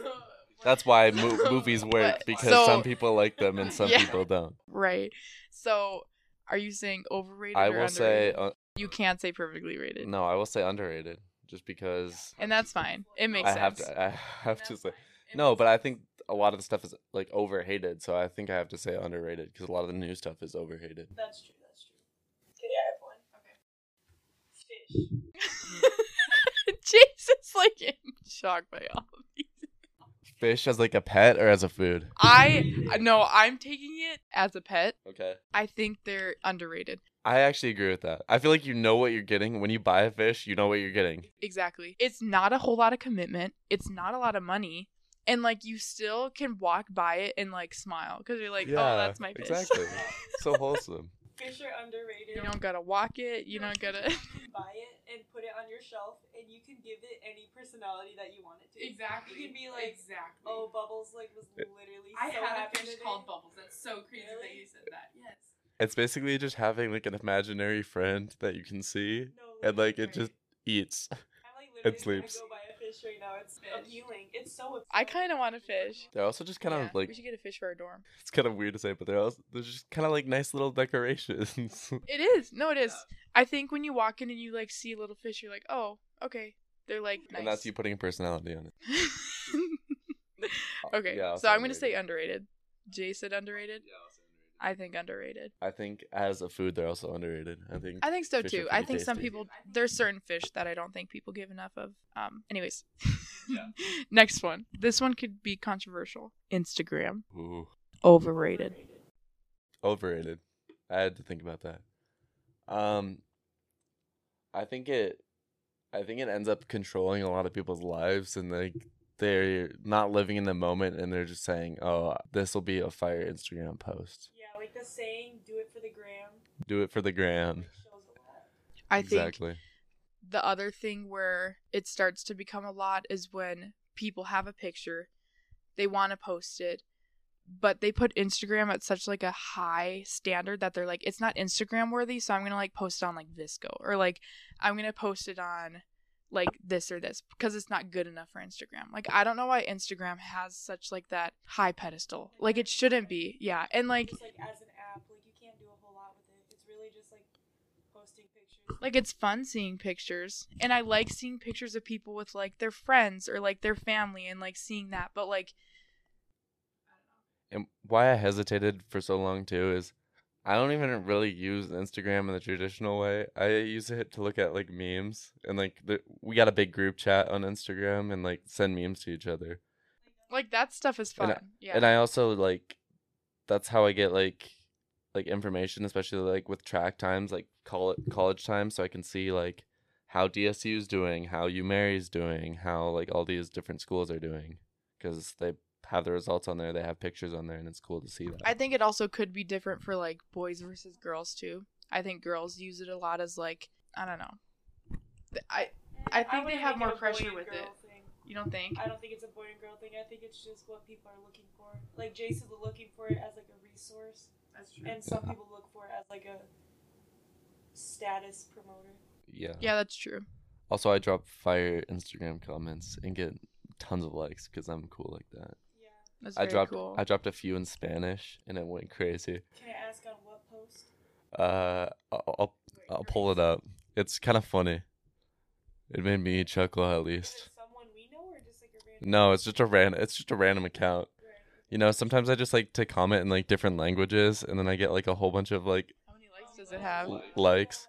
Speaker 1: That's why mo- movies work
Speaker 2: But-
Speaker 1: because
Speaker 2: So-
Speaker 1: some people like them and some
Speaker 2: Yeah.
Speaker 1: people don't.
Speaker 2: right. So are you saying overrated?
Speaker 1: I
Speaker 2: or
Speaker 1: will say
Speaker 2: underrated?
Speaker 1: uh,
Speaker 2: you can't say perfectly rated,
Speaker 1: no. I will say underrated, just because
Speaker 2: and that's fine. It makes
Speaker 1: I
Speaker 2: sense.
Speaker 1: have to. I have to say. No, but I think a lot of the stuff is like overhated, so I think I have to say underrated because a lot of the new stuff is overhated.
Speaker 3: That's true. That's true. Okay, I have one. Okay. Fish.
Speaker 2: Jason's like in shock by all of these.
Speaker 1: Fish as like a pet or as a food?
Speaker 2: I no, I'm taking it as a pet.
Speaker 1: Okay.
Speaker 2: I think they're underrated.
Speaker 1: I actually agree with that. I feel like you know what you're getting when you buy a fish. You know what you're getting.
Speaker 2: Exactly. It's not a whole lot of commitment. It's not a lot of money. And like you still can walk by it and like smile because you're like, oh, that's my fish.
Speaker 1: Exactly. so wholesome.
Speaker 3: Fish are underrated.
Speaker 2: you don't gotta walk it. You don't gotta.
Speaker 3: You buy it and put it on your shelf, and you can give it any personality that you want it to.
Speaker 4: Exactly.
Speaker 3: You can be like,
Speaker 4: exactly.
Speaker 3: oh, Bubbles like was literally.
Speaker 4: I
Speaker 3: so
Speaker 4: had
Speaker 3: happy
Speaker 4: a fish
Speaker 3: today."
Speaker 4: called Bubbles. That's so crazy that you said that. Yes.
Speaker 1: It's basically just having like an imaginary friend that you can see, and like it just eats.
Speaker 3: I'm like literally
Speaker 1: sleeps.
Speaker 3: gonna Go buy a fish fish right now. It's
Speaker 4: Fish.
Speaker 3: appealing. It's so.
Speaker 2: I kind of want to fish.
Speaker 1: They're also just kind of
Speaker 2: Yeah,
Speaker 1: like
Speaker 2: we should get a fish for our dorm.
Speaker 1: it's kind of weird to say, but they're also they're just kind of like nice little decorations.
Speaker 2: It is. No, it is. I think when you walk in and you like see a little fish, you're like, oh, okay, they're like nice.
Speaker 1: And that's you putting personality on it. Uh,
Speaker 2: okay,
Speaker 1: Yeah, I'll
Speaker 2: so I'm
Speaker 1: say
Speaker 2: gonna say
Speaker 1: underrated.
Speaker 2: underrated. Jay said underrated. I think underrated.
Speaker 1: I think as a food, they're also underrated. I think
Speaker 2: I think so
Speaker 1: Fish are
Speaker 2: too. I
Speaker 1: pretty
Speaker 2: think some
Speaker 1: tasty.
Speaker 2: people there's certain fish that I don't think people give enough of. Um. Anyways.
Speaker 4: Yeah.
Speaker 2: Next one. This one could be controversial. Instagram
Speaker 1: Ooh,
Speaker 2: overrated.
Speaker 1: overrated. I had to think about that. Um, I think it, I think it ends up controlling a lot of people's lives, and like they're not living in the moment, and they're just saying, "Oh, this will be a fire Instagram post.
Speaker 3: Yeah, like the saying, "Do it for the gram."
Speaker 1: Do it for the gram."
Speaker 3: It shows a lot.
Speaker 2: I think
Speaker 1: exactly.
Speaker 2: the other thing where it starts to become a lot is when people have a picture they want to post it but they put instagram at such like a high standard that they're like it's not instagram worthy so i'm gonna like post it on like visco or like i'm gonna post it on like this or this because it's not good enough for instagram like i don't know why instagram has such like that high pedestal like it shouldn't be yeah and like
Speaker 3: just like as an app, like you can't do a whole lot with it. It's really just like posting pictures.
Speaker 2: like it's fun seeing pictures and i like seeing pictures of people with like their friends or like their family and like seeing that but like
Speaker 1: and why I hesitated for so long too is I don't even really use Instagram in the traditional way. I use it to look at like memes and like the, we got a big group chat on Instagram and like send memes to each other.
Speaker 2: like that stuff is fun
Speaker 1: And I-
Speaker 2: yeah
Speaker 1: And I also like that's how I get like like information, especially like with track times, like call it college time, so I can see like how DSU is doing, how UMary's doing, how like all these different schools are doing because they have the results on there, they have pictures on there, and it's cool to see that.
Speaker 2: I think it also could be different for like boys versus girls too i think girls use it a lot as like i don't know Th- i I think they
Speaker 3: wouldn't
Speaker 2: have
Speaker 3: Eh, make
Speaker 2: more
Speaker 3: a boy
Speaker 2: pressure
Speaker 3: and
Speaker 2: with
Speaker 3: girl
Speaker 2: it.
Speaker 3: thing.
Speaker 2: you don't think
Speaker 3: I don't think it's a boy and girl thing. I think it's just what people are looking for. Like Jason's looking for it as like a resource,
Speaker 4: That's true.
Speaker 3: and some people look for it as like a status promoter.
Speaker 1: yeah.
Speaker 2: yeah that's true
Speaker 1: Also, I drop fire Instagram comments and get tons of likes because I'm cool like that.
Speaker 3: Yeah.
Speaker 2: that's
Speaker 1: I
Speaker 2: very
Speaker 1: dropped
Speaker 2: cool
Speaker 1: I dropped a few in Spanish and it went crazy.
Speaker 3: Can I ask on what post?
Speaker 1: Uh, I'll I'll, I'll pull it up. It's kind of funny. It made me chuckle at
Speaker 3: Is
Speaker 1: least.
Speaker 3: it someone we know or just like a random?
Speaker 1: No, it's just a ran. It's just a random account.
Speaker 3: Right.
Speaker 1: You know, sometimes I just like to comment in like different languages, and then I get like a whole bunch of like,
Speaker 2: how many likes does it have
Speaker 1: Li- likes.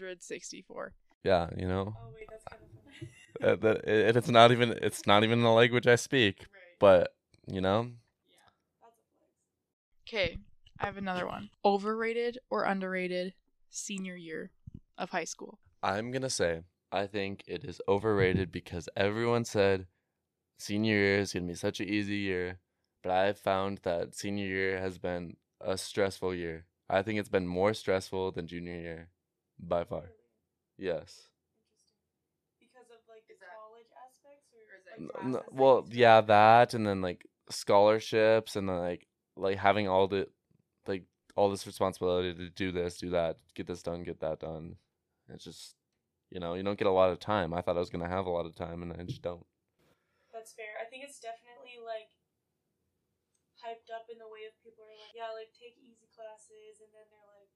Speaker 2: 364
Speaker 1: yeah, you know,
Speaker 3: Oh wait, that's kind of funny.
Speaker 1: Uh, that- and it's not even it's not even the language I speak, but you know,
Speaker 3: That's a flex.
Speaker 2: okay i have another one overrated or underrated senior year of high school
Speaker 1: I'm gonna say I think it is overrated because everyone said senior year is gonna be such an easy year, but I've found that senior year has been a stressful year. I think it's been more stressful than junior year by far.
Speaker 3: Really
Speaker 1: Yes.
Speaker 3: Interesting. Because of like the
Speaker 4: Is that-
Speaker 3: college aspects or,
Speaker 4: or is that
Speaker 3: like,
Speaker 1: N- n-
Speaker 4: classes
Speaker 3: classes that
Speaker 1: well,
Speaker 3: you took?
Speaker 1: yeah, that and then like scholarships and then like like having all the like all this responsibility to do this, do that, get this done, get that done. It's just you know, you don't get a lot of time. I thought I was gonna have a lot of time and I just don't.
Speaker 3: That's fair. I think it's definitely like hyped up in the way of people are like, yeah, like take easy classes, and then they're like,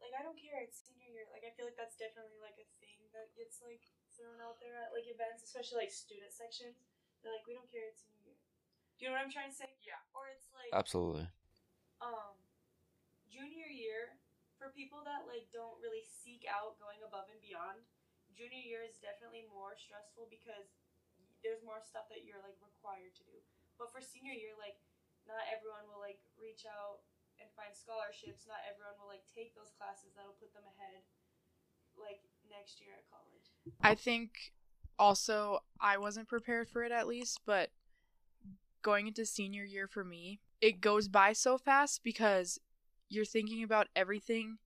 Speaker 3: like I don't care, it's senior year. Like I feel like that's definitely like a thing that gets like thrown out there at like events, especially like student sections. They're like, we don't care, it's senior year. Do you know what I'm trying to say?
Speaker 4: Yeah.
Speaker 3: Or it's like,
Speaker 1: Absolutely.
Speaker 3: um junior year for people that like don't really seek out going above and beyond junior year is definitely more stressful because there's more stuff that you're like required to do but for senior year like not everyone will like reach out and find scholarships not everyone will like take those classes that'll put them ahead like next year at college
Speaker 2: I think also I wasn't prepared for it at least, but going into senior year for me, it goes by so fast because you're thinking about everything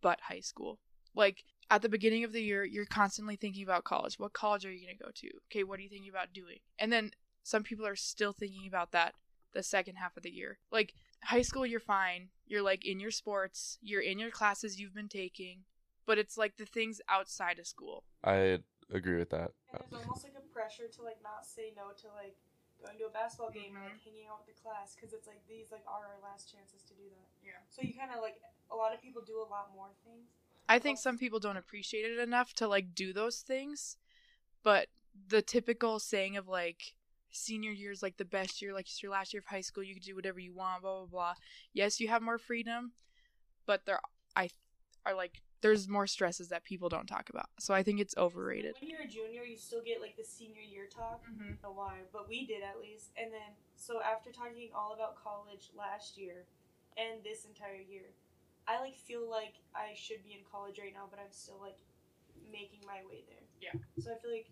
Speaker 2: but high school. Like at the beginning of the year, you're constantly thinking about college. What college are you going to go to? Okay, what are you thinking about doing? And then some people are still thinking about that the second half of the year. Like high school, you're fine. You're like in your sports, you're in your classes you've been taking, but it's like the things outside of school.
Speaker 1: I agree with that.
Speaker 3: And there's almost like a pressure to like not say no to like going to a basketball game or like hanging out with the class because it's like these like are our last chances to do that.
Speaker 4: Yeah.
Speaker 3: So you kind of like a lot of people do a lot more things.
Speaker 2: I think some people don't appreciate it enough to like do those things, but the typical saying of like senior year is like the best year, like it's your last year of high school, you can do whatever you want, blah blah blah. Yes, you have more freedom, but there I are like there's more stresses that people don't talk about. So I think it's overrated.
Speaker 3: When you're a junior, you still get like the senior year talk.
Speaker 4: Mm-hmm.
Speaker 3: don't know why, but we did at least. And then, so after talking all about college last year and this entire year, I like feel like I should be in college right now, but I'm still like making my way there.
Speaker 4: Yeah.
Speaker 3: So I feel like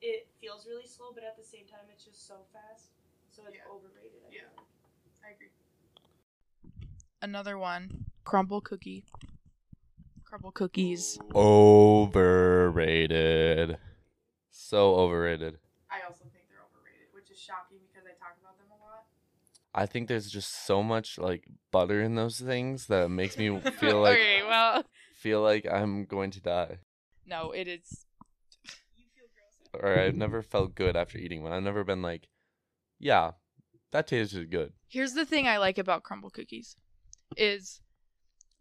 Speaker 3: it feels really slow, but at the same time, it's just so fast. So it's
Speaker 4: Yeah.
Speaker 3: overrated. I
Speaker 4: Yeah.
Speaker 3: feel
Speaker 4: I agree.
Speaker 2: Another one, crumble cookie. Crumble cookies.
Speaker 1: Overrated. So overrated.
Speaker 4: I also think they're overrated, which is shocking because I talk about them a lot.
Speaker 1: I think there's just so much like butter in those things that makes me feel like
Speaker 2: okay, well,
Speaker 1: feel like I'm going to die.
Speaker 2: no, it is
Speaker 3: like. You feel gross.
Speaker 1: Or I've never felt good after eating one. I've never been like, yeah, that tasted good.
Speaker 2: Here's the thing I like about crumble cookies is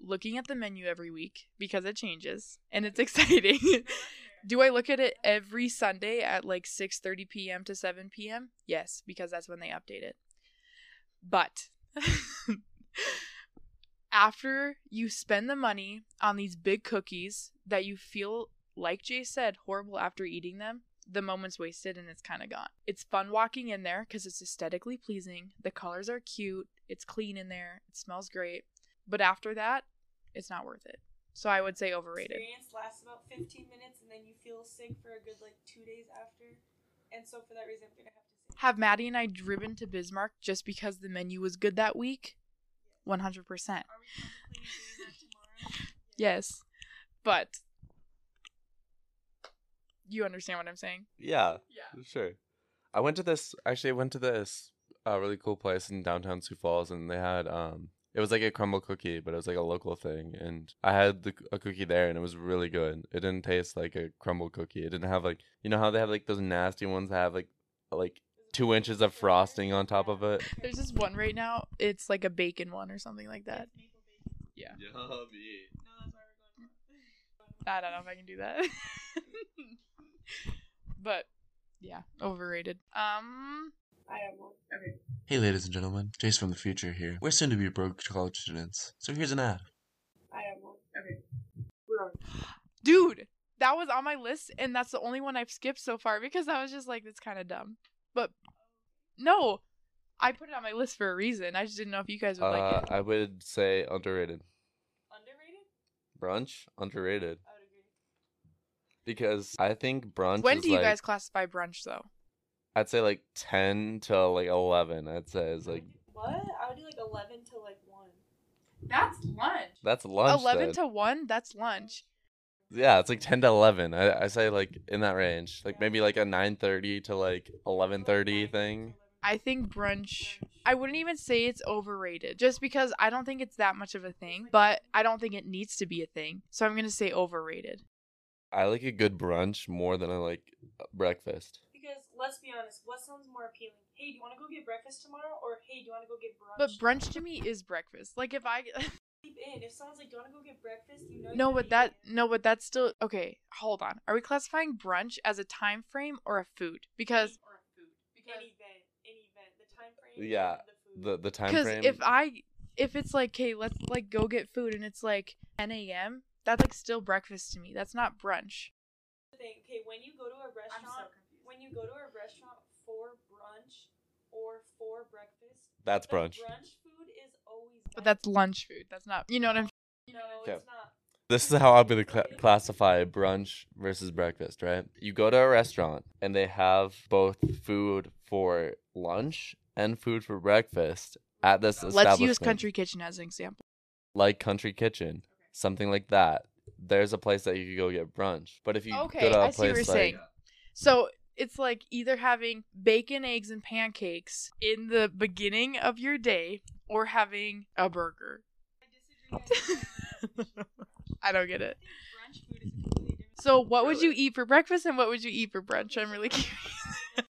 Speaker 2: looking at the menu every week because it changes and it's exciting. Do I look at it every Sunday at like 6:30 p.m. to 7 p.m.? Yes, because that's when they update it. But after you spend the money on these big cookies that you feel like Jay said horrible after eating them, the moment's wasted and it's kind of gone. It's fun walking in there cuz it's aesthetically pleasing, the colors are cute, it's clean in there, it smells great, but after that, it's not worth it. So I would say overrated.
Speaker 3: Experience lasts about 15 minutes, and then you feel sick for a good like two days after. And so for that reason, I'm gonna have to say.
Speaker 2: Have Maddie and I driven to Bismarck just because the menu was good that week? 100%.
Speaker 4: Are we contemplating doing that tomorrow?
Speaker 2: Yes. But you understand what I'm saying?
Speaker 1: Yeah,
Speaker 4: Yeah.
Speaker 1: sure. I went to this actually I went to this uh, really cool place in downtown Sioux Falls and they had um it was like a crumble cookie, but it was like a local thing and I had the, a cookie there and it was really good. It didn't taste like a crumble cookie. It didn't have like you know how they have like those nasty ones that have like like 2 inches of frosting on top of it.
Speaker 2: There's this one right now. It's like a bacon one or something like that.
Speaker 3: Maple bacon.
Speaker 1: Yummy.
Speaker 3: No, that's why we're going.
Speaker 2: I don't know if I can do that. but yeah, overrated. Um
Speaker 3: I have one.
Speaker 5: Hey, ladies and gentlemen, Jace from the future here. We're soon to be broke college students, so here's an ad.
Speaker 3: I have one. Okay. We're on.
Speaker 2: dude, that was on my list and that's the only one I've skipped so far because I was just like that's kind of dumb. But no, I put it on my list for a reason. I just didn't know if you guys would
Speaker 1: Uh,
Speaker 2: like it.
Speaker 1: I would say underrated.
Speaker 3: Underrated?
Speaker 1: Brunch underrated
Speaker 3: I would agree.
Speaker 1: because I think brunch
Speaker 2: When
Speaker 1: is
Speaker 2: do you
Speaker 1: like-
Speaker 2: guys classify brunch though?
Speaker 1: I'd say like 10 to like 11. I'd say
Speaker 2: Mm-hmm.
Speaker 1: is like
Speaker 3: what? I would do like eleven to like one.
Speaker 4: That's lunch.
Speaker 1: that's lunch.
Speaker 2: 11
Speaker 1: then.
Speaker 2: to 1, that's lunch.
Speaker 1: Yeah, it's like ten to eleven. I, I say like in that range, like
Speaker 3: Yeah.
Speaker 1: maybe like a nine thirty to like eleven thirty thing.
Speaker 2: I think brunch I wouldn't even say it's overrated just because I don't think it's that much of a thing, but I don't think it needs to be a thing. So I'm going to say overrated.
Speaker 1: I like a good brunch more than I like breakfast.
Speaker 3: Because let's be honest, what sounds more appealing? Hey, do you want to go get breakfast tomorrow? Or hey, do you want to go get brunch?
Speaker 2: But brunch to me is breakfast. Like if I
Speaker 3: Sleep in. If someone's like, do you want to go get breakfast? You know.
Speaker 2: No,
Speaker 3: you're
Speaker 2: but
Speaker 3: gonna
Speaker 2: that
Speaker 3: eat it.
Speaker 2: no, but that's still okay. Hold on. Are we classifying brunch as a time frame or a food? Because
Speaker 4: Or food.
Speaker 3: Any
Speaker 4: Because
Speaker 3: event, any event, the time frame.
Speaker 1: Yeah,
Speaker 3: and The
Speaker 1: The
Speaker 3: food.
Speaker 1: the time
Speaker 2: because
Speaker 1: frame.
Speaker 2: if I if it's like hey let's like go get food and it's like 10 a.m. That's like still breakfast to me. That's not brunch.
Speaker 3: The thing. Okay, when you go to a
Speaker 4: I'm so
Speaker 3: restaurant,
Speaker 4: confused.
Speaker 3: when you go to a restaurant for brunch or for breakfast,
Speaker 1: that's
Speaker 3: the
Speaker 1: brunch.
Speaker 3: Brunch food is always. better.
Speaker 2: But that's lunch food. That's not. You know what I'm.
Speaker 3: No,
Speaker 1: Okay.
Speaker 3: it's not.
Speaker 1: This is how I would cla classify brunch versus breakfast, right? You go to a restaurant and they have both food for lunch and food for breakfast at this
Speaker 2: Let's use
Speaker 1: establishment.
Speaker 2: Country Kitchen as an example.
Speaker 1: like Country Kitchen, something like that. There's a place that you could go get brunch. But if you go
Speaker 2: Okay,
Speaker 1: to a
Speaker 2: I
Speaker 1: place
Speaker 2: see what you're
Speaker 1: like
Speaker 2: saying. So it's like either having bacon, eggs, and pancakes in the beginning of your day, or having a burger.
Speaker 3: I disagree. I think
Speaker 2: I don't get it.
Speaker 3: brunch food is a completely different
Speaker 2: So, what would you
Speaker 1: Really?
Speaker 2: eat for breakfast and what would you eat for brunch? I'm really curious.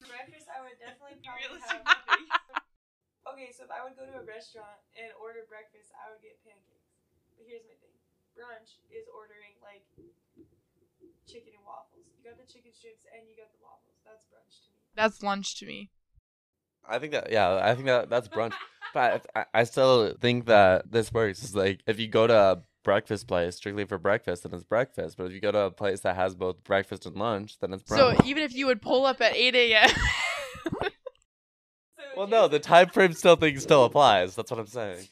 Speaker 3: For breakfast, I would definitely probably
Speaker 4: Realistic.
Speaker 3: have. Okay, so if I would go to a restaurant and order breakfast, I would get pancakes. But here's my thing: brunch is ordering like chicken and waffles. You got the chicken strips and you got the waffles. That's brunch to me.
Speaker 2: That's lunch to me.
Speaker 1: I think that yeah, I think that that's brunch. But I, I still think that this works. It's like if you go to a breakfast place strictly for breakfast, then it's breakfast. But if you go to a place that has both breakfast and lunch, then it's brunch.
Speaker 2: So, even if you would pull up at 8 a.m.,
Speaker 3: So
Speaker 1: well, no, the time frame still thing still applies. That's what I'm saying.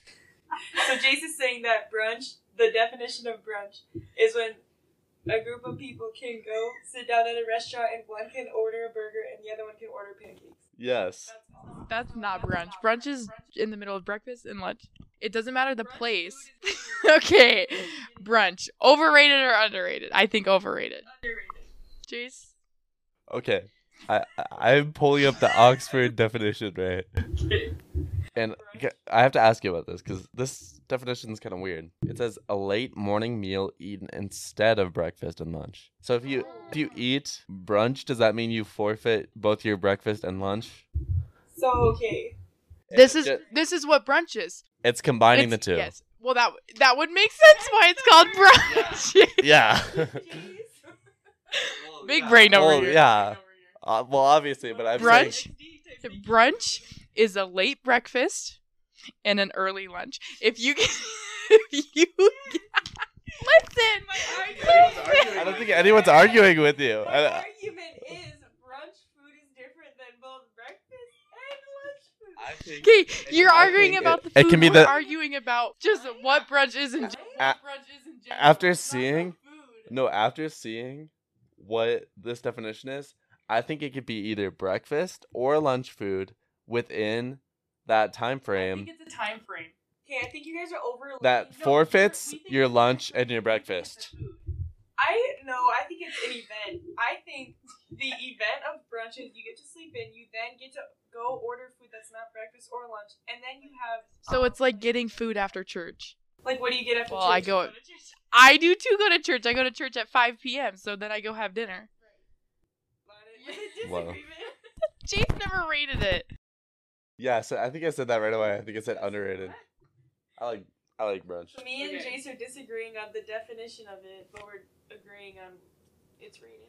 Speaker 3: So Jace is saying that brunch, the definition of brunch, is when a group of people can go sit down at a restaurant and one can order a burger and the other one can order pancakes.
Speaker 1: Yes.
Speaker 3: That's all.
Speaker 2: that's not brunch. Brunch is in the middle of breakfast and lunch. It doesn't matter the
Speaker 4: Brunch
Speaker 2: place.
Speaker 4: food is
Speaker 2: okay, brunch. Overrated or underrated? I think overrated.
Speaker 4: Underrated.
Speaker 2: Jeez.
Speaker 1: Okay. I I- I'm pulling up the Oxford definition, right? And g- I have to ask you about this because this definition is kind of weird. It says a late morning meal eaten instead of breakfast and lunch. So if you if you eat brunch, does that mean you forfeit both your breakfast and lunch?
Speaker 3: So okay.
Speaker 2: This is
Speaker 1: Eh, Yeah.
Speaker 2: this is what brunch is.
Speaker 1: It's combining
Speaker 2: It's-
Speaker 1: the two.
Speaker 2: Yes. Well, that w- that would make sense why it's called brunch.
Speaker 1: Yeah.
Speaker 3: Jace.
Speaker 2: Big brain over
Speaker 1: Well,
Speaker 2: here.
Speaker 1: Oh, yeah. Uh, well, obviously, but I'm saying-
Speaker 2: Brunch? Brunch is a late breakfast and an early lunch. If you get, if you get, listen,
Speaker 1: I don't think anyone's arguing with you.
Speaker 3: My
Speaker 1: I,
Speaker 3: argument is brunch food is different than both breakfast and lunch food.
Speaker 1: I think
Speaker 2: Okay, you're
Speaker 1: I
Speaker 2: arguing
Speaker 1: think
Speaker 2: about
Speaker 1: it-
Speaker 2: the
Speaker 1: it
Speaker 2: food.
Speaker 1: can be
Speaker 2: we're
Speaker 1: the-
Speaker 2: arguing about just what brunch is in general.
Speaker 1: A-
Speaker 2: brunch is in general.
Speaker 1: after
Speaker 2: It's not about
Speaker 1: seeing-
Speaker 2: food.
Speaker 1: No, after seeing what this definition is, I think it could be either breakfast or lunch food within that time frame
Speaker 2: it's a time frame.
Speaker 3: Okay, I think you guys are over.
Speaker 1: that
Speaker 3: no,
Speaker 1: forfeits
Speaker 3: we think
Speaker 1: your
Speaker 3: it's
Speaker 1: lunch
Speaker 3: different.
Speaker 1: and your breakfast.
Speaker 3: I no, I think it's an event. I think the event of brunch is you get to sleep in, you then get to go order food that's not breakfast or lunch, and then you have.
Speaker 2: So it's like getting food after church.
Speaker 3: Like, what do you get after?
Speaker 2: Well, I
Speaker 3: church?
Speaker 2: go. I do too. Go to church. I go to church at 5 p.m. So then I go have dinner.
Speaker 1: Wow.
Speaker 2: Chase never rated it.
Speaker 1: Yeah, so I think I said that right away. I think I said underrated. I like I like brunch.
Speaker 3: So me and
Speaker 4: Okay.
Speaker 3: Jace are disagreeing on the definition of it, but we're agreeing on its rating.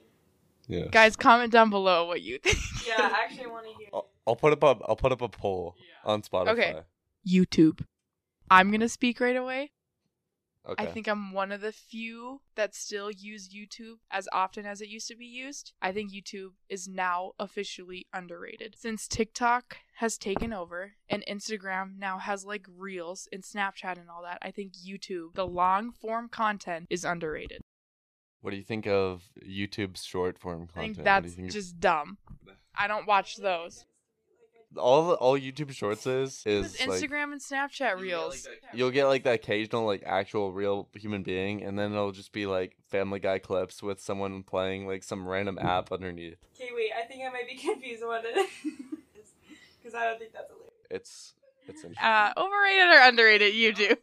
Speaker 1: Yeah.
Speaker 2: Guys, comment down below what you think.
Speaker 3: Yeah, actually, I want to hear.
Speaker 1: I'll, I'll put up a I'll put up a poll on Spotify.
Speaker 2: Okay. YouTube. I'm gonna speak right away.
Speaker 1: Okay.
Speaker 2: I think I'm one of the few that still use YouTube as often as it used to be used. I think YouTube is now officially underrated. Since TikTok has taken over and Instagram now has like reels and Snapchat and all that, I think YouTube, the long form content, is underrated.
Speaker 1: what do you think of YouTube's short form
Speaker 2: I
Speaker 1: content? What
Speaker 2: think
Speaker 1: do
Speaker 2: that's
Speaker 1: you think of-
Speaker 2: just dumb. I don't watch those.
Speaker 1: all the- all YouTube Shorts is is
Speaker 2: It's
Speaker 1: like,
Speaker 2: Instagram and Snapchat reels.
Speaker 1: You'll get like the occasional like actual real human being, and then it'll just be like Family Guy clips with someone playing like some random app underneath.
Speaker 3: Okay, wait. I think I might be confused on what it is because I don't think that's hilarious.
Speaker 1: It's it's interesting.
Speaker 2: Uh, overrated or underrated YouTube?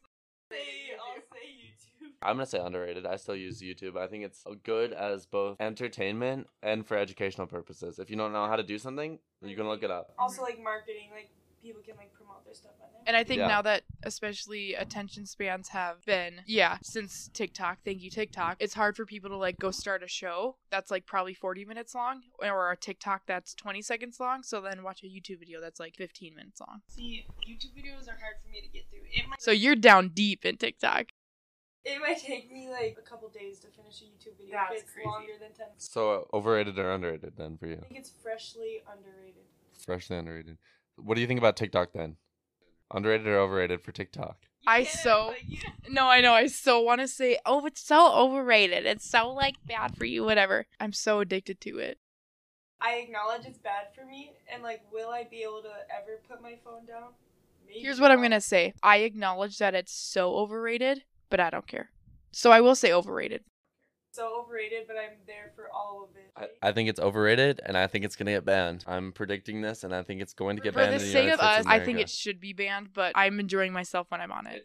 Speaker 3: Say, I'll say YouTube.
Speaker 1: I'm gonna say underrated. I still use YouTube. I think it's good as both entertainment and for educational purposes. If you don't know how to do something, you can look it up.
Speaker 3: Also, like marketing, like people can like promote their stuff on there.
Speaker 2: And I think
Speaker 1: Yeah.
Speaker 2: now that especially attention spans have been, yeah, since TikTok, thank you TikTok, it's hard for people to like go start a show that's like probably 40 minutes long or a TikTok that's 20 seconds long. So then watch a YouTube video that's like 15 minutes long.
Speaker 4: See, YouTube videos are hard for me to get through. It might
Speaker 2: So you're down deep in TikTok.
Speaker 3: It might take me like a couple days to finish a YouTube video.
Speaker 4: That's
Speaker 3: if it's
Speaker 4: crazy.
Speaker 3: longer than ten. minutes.
Speaker 1: So overrated or underrated then for you?
Speaker 3: I think it's freshly underrated.
Speaker 1: Freshly underrated. What do you think about TikTok then? Underrated or overrated for TikTok?
Speaker 2: I so no, I know. I so want to say, oh, it's so overrated. It's so like bad for you, whatever. I'm so addicted to it.
Speaker 3: I acknowledge it's bad for me, and like, will I be able to ever put my phone down? Maybe
Speaker 2: Here's what I'm
Speaker 3: not.
Speaker 2: gonna say. I acknowledge that it's so overrated, but I don't care. So I will say overrated.
Speaker 3: So overrated, but I'm there for all of it.
Speaker 1: I, I think it's overrated, and I think it's gonna get banned. I'm predicting this, and I think it's going to get
Speaker 2: For
Speaker 1: banned.
Speaker 2: the
Speaker 1: in
Speaker 2: sake
Speaker 1: United
Speaker 2: of
Speaker 1: States
Speaker 2: us, I think
Speaker 1: America.
Speaker 2: it should be banned, but I'm enjoying myself when I'm on it.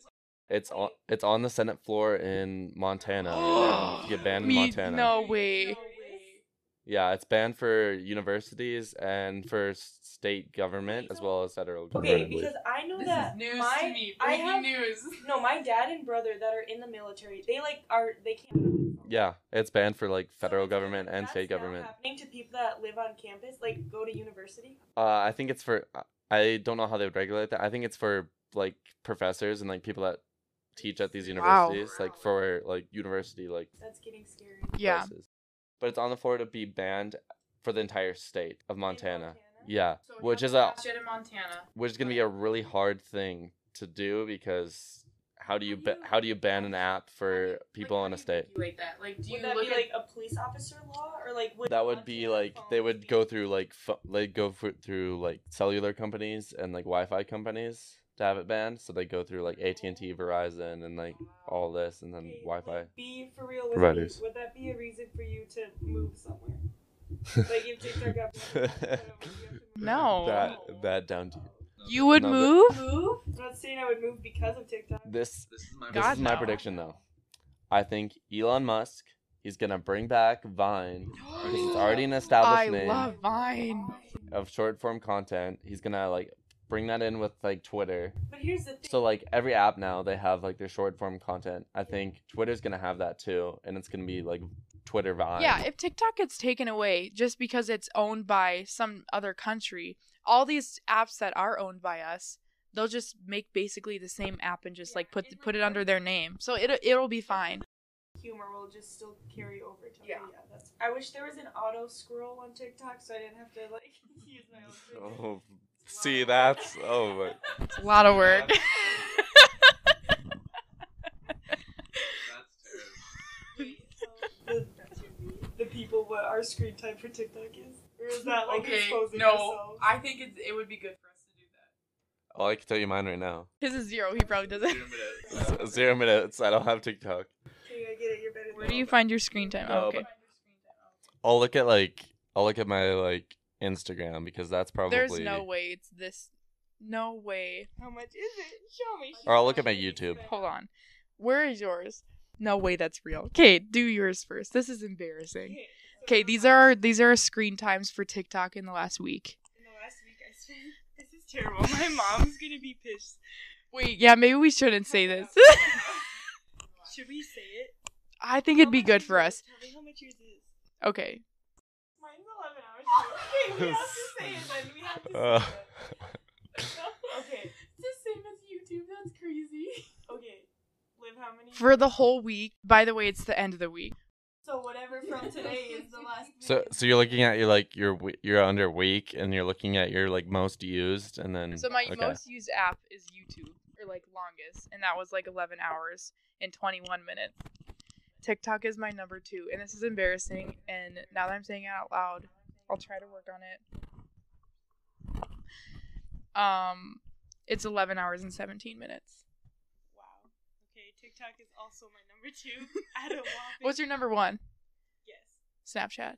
Speaker 1: It's on
Speaker 3: Wait.
Speaker 1: it's on the Senate floor in Montana. right now. You uh, get banned in
Speaker 2: Me-
Speaker 1: Montana.
Speaker 2: no way.
Speaker 1: Yeah, it's banned for universities and for s- state government as well as federal government.
Speaker 3: Okay, because I know
Speaker 4: This
Speaker 3: that
Speaker 4: is news
Speaker 3: my
Speaker 4: to me.
Speaker 3: I
Speaker 4: Breaking
Speaker 3: have-
Speaker 4: news.
Speaker 3: no, my dad and brother that are in the military, they like are they can't.
Speaker 1: Yeah, it's banned for like
Speaker 3: So
Speaker 1: federal
Speaker 3: it's like
Speaker 1: government and
Speaker 3: that's
Speaker 1: state
Speaker 3: now
Speaker 1: government.
Speaker 3: Happening to people that live on campus, like go to university.
Speaker 1: Uh, I think it's for I- I don't know how they would regulate that. I think it's for like professors and like people that teach at these
Speaker 2: Wow.
Speaker 1: universities, like for like university like
Speaker 3: That's getting scary.
Speaker 2: Yeah.
Speaker 1: places. But it's on the floor to be banned for the entire state of Montana.
Speaker 3: Montana?
Speaker 1: Yeah,
Speaker 4: So
Speaker 1: which
Speaker 4: have
Speaker 1: is
Speaker 4: to
Speaker 1: a
Speaker 4: watch it in Montana.
Speaker 1: which is gonna be a really hard thing to do because how do you ba- how do you ban an app for people
Speaker 4: like,
Speaker 1: in
Speaker 4: how
Speaker 1: a
Speaker 4: do you
Speaker 1: state?
Speaker 4: regulate that? Like, do you
Speaker 3: Would that
Speaker 4: look
Speaker 3: be
Speaker 4: at
Speaker 3: like a police officer law, or like would
Speaker 1: That would be
Speaker 3: Montana
Speaker 1: like they
Speaker 3: phones
Speaker 1: would
Speaker 3: be-
Speaker 1: go through like pho- they'd go fr- through like cellular companies and like Wi-Fi companies to have it banned. So they go through like AT and T, Verizon, and like all this, and then
Speaker 3: Okay,
Speaker 1: Wi-Fi.
Speaker 3: Oh. like, be for real with
Speaker 1: Providers.
Speaker 3: me. Would that be a reason for you to move somewhere? like if TikTok got banned, you have to move.
Speaker 2: No.
Speaker 1: That that down to you.
Speaker 2: You would
Speaker 1: No, but-
Speaker 2: move?
Speaker 3: Move? I'm not saying I would move because of TikTok.
Speaker 1: This this is my,
Speaker 2: God, no.
Speaker 1: prediction though. I think Elon Musk he's gonna bring back Vine because it's already an
Speaker 2: I
Speaker 1: established name
Speaker 2: love Vine.
Speaker 1: of short form content. He's gonna like bring that in with like Twitter.
Speaker 3: But here's the thing.
Speaker 1: So like every app now they have like their short form content. I think Twitter's gonna have that too, and it's gonna be like Twitter Vine.
Speaker 2: Yeah, if TikTok gets taken away just because it's owned by some other country, all these apps that are owned by us, they'll just make basically the same app and just like put put it under their name. So it it'll be fine.
Speaker 3: humor will just still carry over to
Speaker 4: Yeah.
Speaker 3: that's I wish there was an auto scroll on TikTok so I didn't have to like use my own. Twitter.
Speaker 1: Oh, see that's oh my.
Speaker 2: It's a lot of work.
Speaker 3: The, the people what our screen time for TikTok is. Or is that like
Speaker 4: okay,
Speaker 3: exposing
Speaker 4: no,
Speaker 3: ourselves?
Speaker 4: I think it's, it would be good for us to do that.
Speaker 1: Oh, I can tell you mine right now.
Speaker 2: His is zero. He probably doesn't.
Speaker 1: Z- Zero minutes. I don't have TikTok.
Speaker 3: Okay, I get it, you're better than
Speaker 2: Where do
Speaker 3: me.
Speaker 2: you find your screen time? Oh,
Speaker 1: No,
Speaker 2: okay.
Speaker 1: I'll look at like I'll look at my like Instagram because that's probably
Speaker 2: There's no way it's this. No way.
Speaker 3: How much is it? Show me.
Speaker 1: Or I'll look at my YouTube.
Speaker 2: Hold on. Where is yours? No way. That's real. Okay, do yours first. This is embarrassing. Okay, these are our, these are our screen times for TikTok in the last week.
Speaker 3: In the last week I spent this is terrible. My mom's gonna be pissed.
Speaker 2: Wait, yeah, maybe we shouldn't say this.
Speaker 3: Should we say it?
Speaker 2: I think it'd
Speaker 3: How
Speaker 2: be
Speaker 3: much
Speaker 2: good
Speaker 3: is
Speaker 2: for
Speaker 3: yours?
Speaker 2: us.
Speaker 3: Tell me how much yours is.
Speaker 2: Okay.
Speaker 3: Mine's eleven hours. Okay, we have to say it then. We have to say
Speaker 1: Uh,
Speaker 3: it. Okay,
Speaker 4: It's the same as YouTube. That's crazy.
Speaker 3: okay. Live how many?
Speaker 2: For the whole week. By the way, it's the end of the week.
Speaker 3: so whatever from today is the last.
Speaker 1: so so you're looking at your like your w- you're under week and you're looking at your like most used and then
Speaker 2: So my
Speaker 1: Mm, okay.
Speaker 2: most used app is YouTube, or like longest, and that was like 11 hours and 21 minutes. TikTok is my number two, and this is embarrassing. And now that I'm saying it out loud, I'll try to work on it. Um, it's 11 hours and 17 minutes.
Speaker 3: Wow. Okay, TikTok is also my number two. At a whopping.
Speaker 2: What's your number one?
Speaker 3: Yes.
Speaker 2: Snapchat.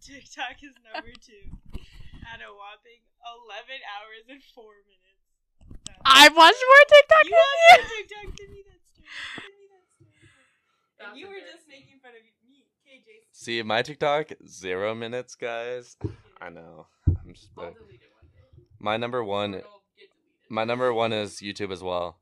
Speaker 3: TikTok is number two. At a whopping eleven hours and four minutes. That's-
Speaker 2: I've watched more TikTok
Speaker 3: You
Speaker 2: than
Speaker 3: watch
Speaker 2: you.
Speaker 3: more TikTok than me. That's terrible. Than me. That's terrible. And
Speaker 4: That's
Speaker 3: you were just
Speaker 4: embarrassing.
Speaker 3: making fun of me. Okay, Jason.
Speaker 1: See my TikTok zero minutes, guys. I know. I'm just
Speaker 4: I'll
Speaker 1: but
Speaker 4: delete it one day.
Speaker 1: my number one.
Speaker 4: It'll get deleted.
Speaker 1: My number one is YouTube as well.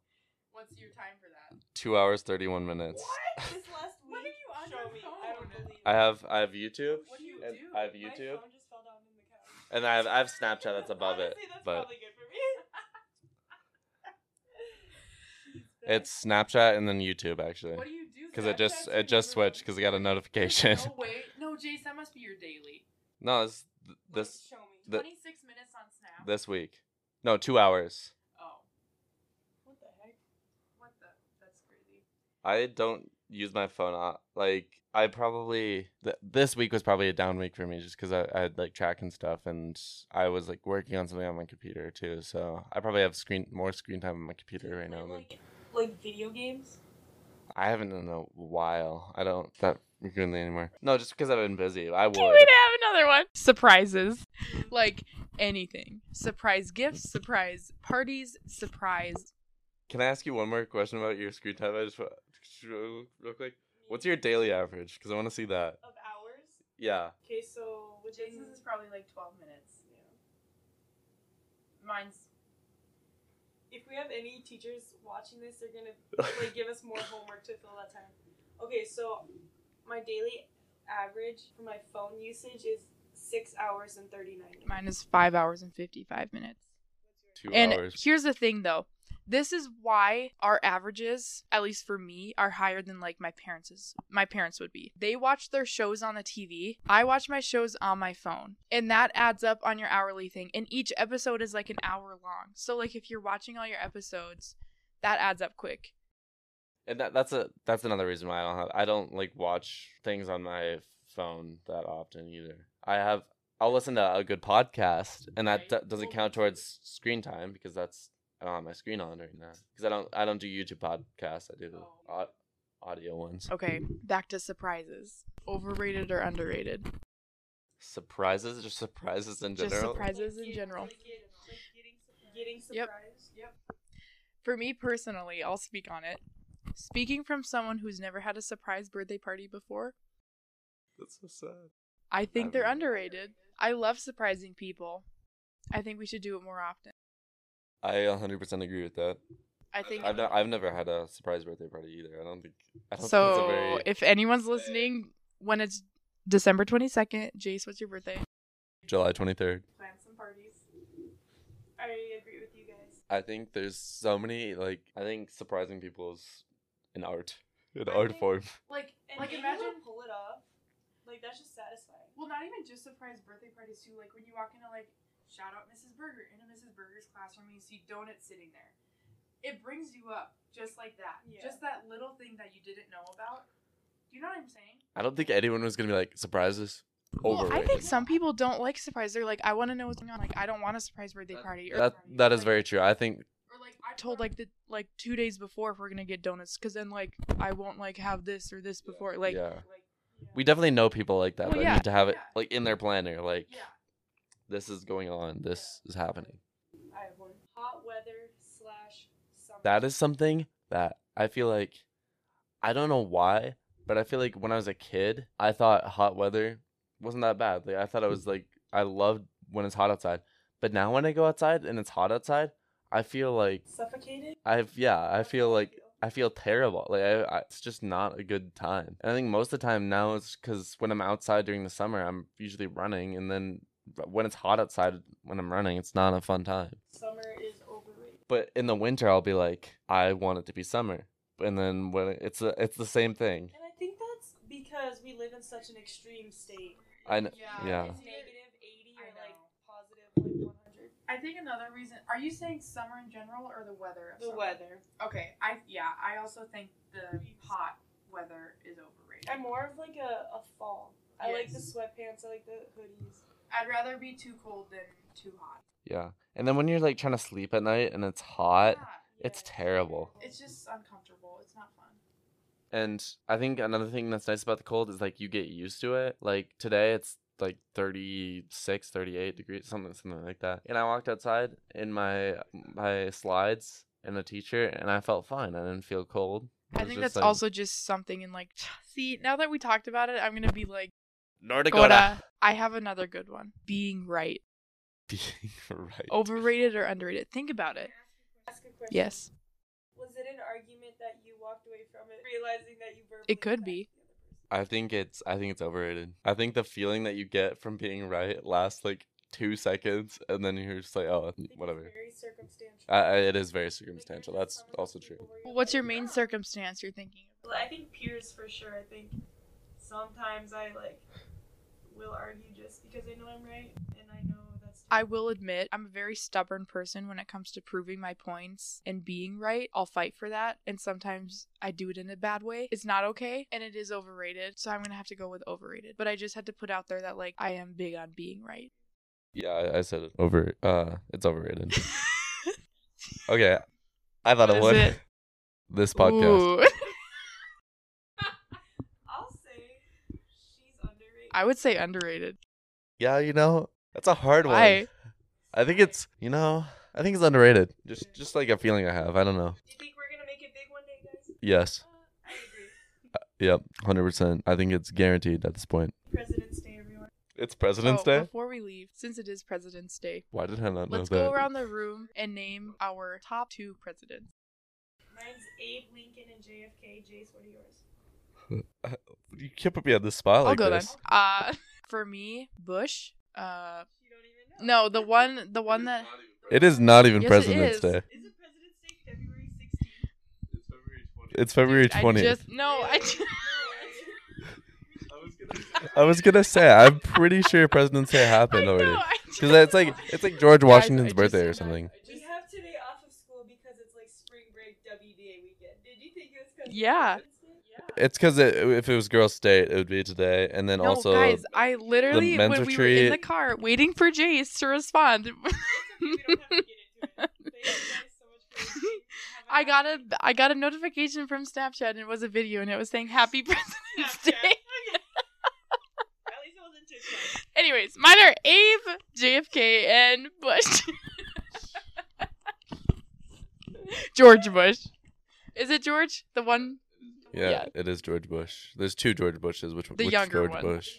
Speaker 4: What's your time for that?
Speaker 1: Two hours thirty one minutes.
Speaker 3: This last week.
Speaker 4: What are you on
Speaker 3: show
Speaker 4: your
Speaker 3: me.
Speaker 4: phone?
Speaker 3: I don't believe.
Speaker 1: I
Speaker 3: it.
Speaker 1: have I have YouTube
Speaker 4: What do you
Speaker 1: and
Speaker 4: do?
Speaker 1: I have
Speaker 3: My
Speaker 1: YouTube
Speaker 3: phone just fell down in the couch.
Speaker 1: and I have I have Snapchat that's above it,
Speaker 3: Honestly, that's
Speaker 1: but
Speaker 3: probably good for me.
Speaker 1: it's Snapchat and then YouTube actually
Speaker 4: What do you do?
Speaker 1: because it just
Speaker 4: Snapchat's your
Speaker 1: it just
Speaker 4: number one.
Speaker 1: switched because I got a
Speaker 4: There's
Speaker 1: notification.
Speaker 4: No way. No, Jace, that must be your daily.
Speaker 1: No, this
Speaker 3: Wait,
Speaker 1: this
Speaker 3: show me.
Speaker 1: The-
Speaker 4: 26 minutes on Snap.
Speaker 1: this week. No, two hours.
Speaker 4: oh.
Speaker 3: What the heck?
Speaker 4: What the? That's crazy.
Speaker 1: I don't use my phone. a- Like I probably th- this week was probably a down week for me just because I, I had like track and stuff, and I was like working on something on my computer too. So I probably have screen more screen time on my computer right now. Than,
Speaker 3: Like, like video games.
Speaker 1: I haven't in a while. I don't. That recruiting anymore. No, just because I've been busy. I
Speaker 2: We'd
Speaker 1: would.
Speaker 2: have another one. Surprises. Like anything. Surprise gifts, surprise parties, surprise.
Speaker 1: Can I ask you one more question about your screen time? I just wa- real quick. What's your daily average? Because I want to see that.
Speaker 3: of hours?
Speaker 1: Yeah.
Speaker 3: Okay, so which is
Speaker 4: Jason's is probably like 12 minutes. Mine's
Speaker 3: if we have any teachers watching this, they're gonna like give us more homework to fill that time. Okay, so my daily average for my phone usage is six hours and thirty nine minutes.
Speaker 2: Mine is five hours and 55 minutes.
Speaker 1: Two
Speaker 2: And
Speaker 1: hours.
Speaker 2: here's the thing though. This is why our averages, at least for me, are higher than like my parents' my parents would be. They watch their shows on the TV. I watch my shows on my phone. And that adds up on your hourly thing. And each episode is like an hour long. So like if you're watching all your episodes, that adds up quick.
Speaker 1: And that, that's a that's another reason why I don't have I don't like watch things on my phone that often either. I have I'll listen to a good podcast, and that
Speaker 4: Right.
Speaker 1: do- doesn't count towards screen time because that's I don't have my screen on right now. Because I don't I don't do YouTube podcasts. I do
Speaker 4: Oh.
Speaker 1: au- audio ones.
Speaker 2: Okay, back to surprises. Overrated or underrated?
Speaker 1: Surprises, just surprises in
Speaker 2: Just
Speaker 1: general.
Speaker 2: surprise- Prizes in
Speaker 3: Like, get-
Speaker 2: general.
Speaker 3: like, get- like, getting surprised. Getting
Speaker 2: Yep.
Speaker 3: surprised. Yep.
Speaker 2: For me personally, I'll speak on it. Speaking from someone who's never had a surprise birthday party before,
Speaker 1: That's so sad.
Speaker 2: I think they're
Speaker 1: Haven't.
Speaker 2: underrated. I love surprising people. I think we should do it more often.
Speaker 1: I 100% agree with that.
Speaker 2: I think
Speaker 1: I've, ne- I've never had a surprise birthday party either. I don't think. I don't think
Speaker 2: so.
Speaker 1: it's a very...
Speaker 2: If anyone's listening, when it's December 22nd, Jace, what's your birthday?
Speaker 1: July 23rd.
Speaker 4: plan some parties.
Speaker 3: I agree with you guys.
Speaker 1: I think there's so many, like, I think surprising people is an art, an
Speaker 3: I
Speaker 1: art
Speaker 3: think-
Speaker 1: form.
Speaker 4: Like,
Speaker 3: And
Speaker 4: like
Speaker 3: being able
Speaker 4: imagine
Speaker 3: to pull it off. Like that's just satisfying.
Speaker 4: Well, not even just surprise birthday parties too. Like when you walk into like shout out Mrs. Berger into Mrs. Berger's classroom and you see donuts sitting there, it brings you up just like that.
Speaker 3: Yeah.
Speaker 4: Just that little thing that you didn't know about. Do you know what I'm saying?
Speaker 1: I don't think anyone was going to be like, surprises?
Speaker 2: Well, I
Speaker 1: Overrated.
Speaker 2: think some people don't like surprise. They're like, I want to know what's going on. Like, I don't want a surprise birthday
Speaker 1: That-
Speaker 2: party. Or
Speaker 1: that, that is very true. I think
Speaker 4: Or like I
Speaker 2: told like the like two days before if we're gonna get donuts, because then like I won't like have this or this before. Like,
Speaker 1: yeah.
Speaker 4: like
Speaker 1: we definitely know people like that
Speaker 2: Well,
Speaker 1: that
Speaker 2: yeah,
Speaker 1: need to have it,
Speaker 4: yeah.
Speaker 1: like, in their planner. Like,
Speaker 4: yeah.
Speaker 1: this is going on. This is happening.
Speaker 3: I have one. Hot weather slash summer.
Speaker 1: that is something that I feel like I don't know why, but I feel like when I was a kid, I thought hot weather wasn't that bad. Like I thought it was like I loved when it's hot outside. But now when I go outside and it's hot outside, I feel like
Speaker 3: suffocated.
Speaker 1: I've yeah, I
Speaker 3: That's
Speaker 1: feel
Speaker 3: how I
Speaker 1: like
Speaker 3: feel.
Speaker 1: I feel terrible. Like I, I, it's just not a good time. And I think most of the time now it's because when I'm outside during the summer, I'm usually running, and then when it's hot outside when I'm running, it's not a fun time
Speaker 3: Summer is overrated.
Speaker 1: but in the winter I'll be like, I want it to be summer, and then when it- it's a, it's the same thing.
Speaker 3: And I think that's because we live in such an extreme state.
Speaker 1: I kn-
Speaker 4: yeah.
Speaker 1: yeah.
Speaker 3: It's negative 80
Speaker 4: I
Speaker 3: or
Speaker 4: know.
Speaker 3: like positive like 100.
Speaker 4: I think another reason. Are you saying summer in general or the weather? Of
Speaker 3: The
Speaker 4: summer?
Speaker 3: weather.
Speaker 4: Okay. I yeah. I also think the hot weather is overrated.
Speaker 3: I'm more of like a, a fall. I like the
Speaker 4: Yes.
Speaker 3: sweatpants. I like the hoodies.
Speaker 4: I'd rather be too cold than too hot.
Speaker 1: Yeah, and then when you're like trying to sleep at night and it's hot,
Speaker 4: Yeah.
Speaker 1: it's terrible.
Speaker 4: It's just uncomfortable. It's not fun.
Speaker 1: And I think another thing that's nice about the cold is like you get used to it. Like today it's like 36, 38 degrees, something something like that. And I walked outside in my my slides and a t-shirt, and I felt fine. I didn't feel cold. It
Speaker 2: I
Speaker 1: was
Speaker 2: think
Speaker 1: just
Speaker 2: that's
Speaker 1: like,
Speaker 2: also just something in like. See, now that we talked about it, I'm gonna be like.
Speaker 1: North
Speaker 2: Dakota.
Speaker 1: Dakota.
Speaker 2: I have another good one. Being right.
Speaker 1: Being right.
Speaker 2: Overrated or underrated? Think about it.
Speaker 3: Ask a question.
Speaker 2: Yes.
Speaker 3: Was it an argument that you walked away from it realizing that you were?
Speaker 2: It could be.
Speaker 1: I think it's I think it's overrated. I think the feeling that you get from being right lasts like two seconds, and then you're just like, oh, whatever.
Speaker 3: very circumstantial.
Speaker 1: I, I, it is very
Speaker 3: Like, there's
Speaker 1: circumstantial.
Speaker 3: just
Speaker 1: That's
Speaker 3: so many
Speaker 1: also
Speaker 3: people
Speaker 1: true.
Speaker 3: where you're
Speaker 2: What's
Speaker 3: like,
Speaker 2: your main
Speaker 3: "Ah."
Speaker 2: circumstance you're thinking
Speaker 3: Well, I think peers for sure. I think sometimes I like will argue just because I know I'm right and I know that's.
Speaker 2: I will admit, I'm a very stubborn person when it comes to proving my points and being right. I'll fight for that, and sometimes I do it in a bad way. It's not okay, and it is overrated, so I'm gonna have to go with overrated. But I just had to put out there that, like, I am big on being right.
Speaker 1: Yeah, I, I said it. Over. Uh, it's overrated. okay, I thought it
Speaker 2: What is
Speaker 1: would.
Speaker 2: it?
Speaker 1: This podcast.
Speaker 2: Ooh.
Speaker 3: I'll say
Speaker 2: I would say underrated.
Speaker 1: Yeah, you know, that's a hard one.
Speaker 2: Why?
Speaker 1: I think it's, you know, I think it's underrated. Just just like a feeling I have. I don't know.
Speaker 3: Do you think we're gonna make it big one day, guys?
Speaker 1: Yes.
Speaker 3: Uh, I agree.
Speaker 1: Yep. 100%. I think it's guaranteed at this point.
Speaker 3: President's Day, everyone.
Speaker 1: It's President's
Speaker 2: Oh,
Speaker 1: Day?
Speaker 2: Before we leave, since it is President's Day,
Speaker 1: Why did I not know
Speaker 2: let's
Speaker 1: that?
Speaker 2: go around the room and name our top two presidents.
Speaker 3: Mine's Abe Lincoln and JFK. Jace, what are yours?
Speaker 1: You can't put me on the spot like
Speaker 2: I'll go
Speaker 1: this.
Speaker 2: then. Uh, for me, Bush. Uh,
Speaker 3: You don't even know.
Speaker 2: no, the one, the one that
Speaker 1: It is not even
Speaker 2: Yes, it
Speaker 1: President's
Speaker 2: is.
Speaker 1: Day.
Speaker 3: Is it President's Day February 16th?
Speaker 1: It's February
Speaker 2: I
Speaker 1: 20th.
Speaker 2: just no, I just,
Speaker 1: I was gonna say, I'm pretty sure President's Day
Speaker 2: I
Speaker 1: happened
Speaker 2: know,
Speaker 1: already.
Speaker 2: I
Speaker 1: Because
Speaker 2: just-
Speaker 1: it's like it's like George
Speaker 2: Guys, I
Speaker 1: Washington's
Speaker 2: just
Speaker 1: birthday
Speaker 2: did
Speaker 1: or
Speaker 2: not-
Speaker 1: something.
Speaker 3: We have today off of school because it's like spring break WDA weekend. Did you think it was because
Speaker 2: Yeah.
Speaker 1: It's because it, if it was girls' state, it would be today, and then
Speaker 2: No,
Speaker 1: also
Speaker 2: guys, I literally
Speaker 1: men's
Speaker 2: when we were in the
Speaker 1: retreat-
Speaker 2: car waiting for Jace to respond, I got a I got a notification from Snapchat and it was a video and it was saying Happy President's Day.
Speaker 3: At least it wasn't TikTok.
Speaker 2: Anyways, mine are Abe, JFK, and Bush. George Bush. Is it George? The one
Speaker 1: yeah,
Speaker 2: yeah.
Speaker 1: it is George Bush. There's two George Bushes. Which
Speaker 2: The
Speaker 1: which
Speaker 2: younger
Speaker 1: George
Speaker 2: one.
Speaker 1: Bush?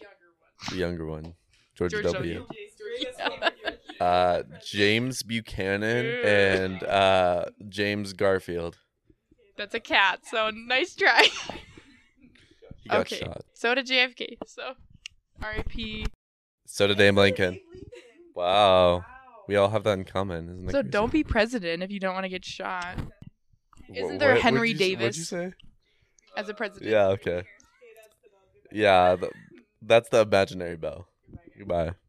Speaker 1: The younger one, George,
Speaker 2: George
Speaker 1: W.
Speaker 3: Jace, we're just
Speaker 2: Yeah.
Speaker 3: gonna give you-
Speaker 1: Uh, James Buchanan
Speaker 2: Ew.
Speaker 1: and uh, James Garfield.
Speaker 2: that's a cat, so nice try.
Speaker 1: He got
Speaker 2: Okay.
Speaker 1: shot.
Speaker 2: so did JFK, so R.I.P.
Speaker 1: So did Abe Lincoln. Wow, we all have that in common, isn't that
Speaker 2: So
Speaker 1: crazy?
Speaker 2: don't be president if you don't want to get shot
Speaker 1: Wha-
Speaker 2: isn't there
Speaker 1: what'd
Speaker 2: Henry
Speaker 1: you s- What'd you
Speaker 2: Davis?
Speaker 1: say?
Speaker 2: as a president.
Speaker 1: Yeah. Okay.
Speaker 3: Okay, that's the bell. Goodbye.
Speaker 1: Yeah. th- that's the imaginary bell. Goodbye.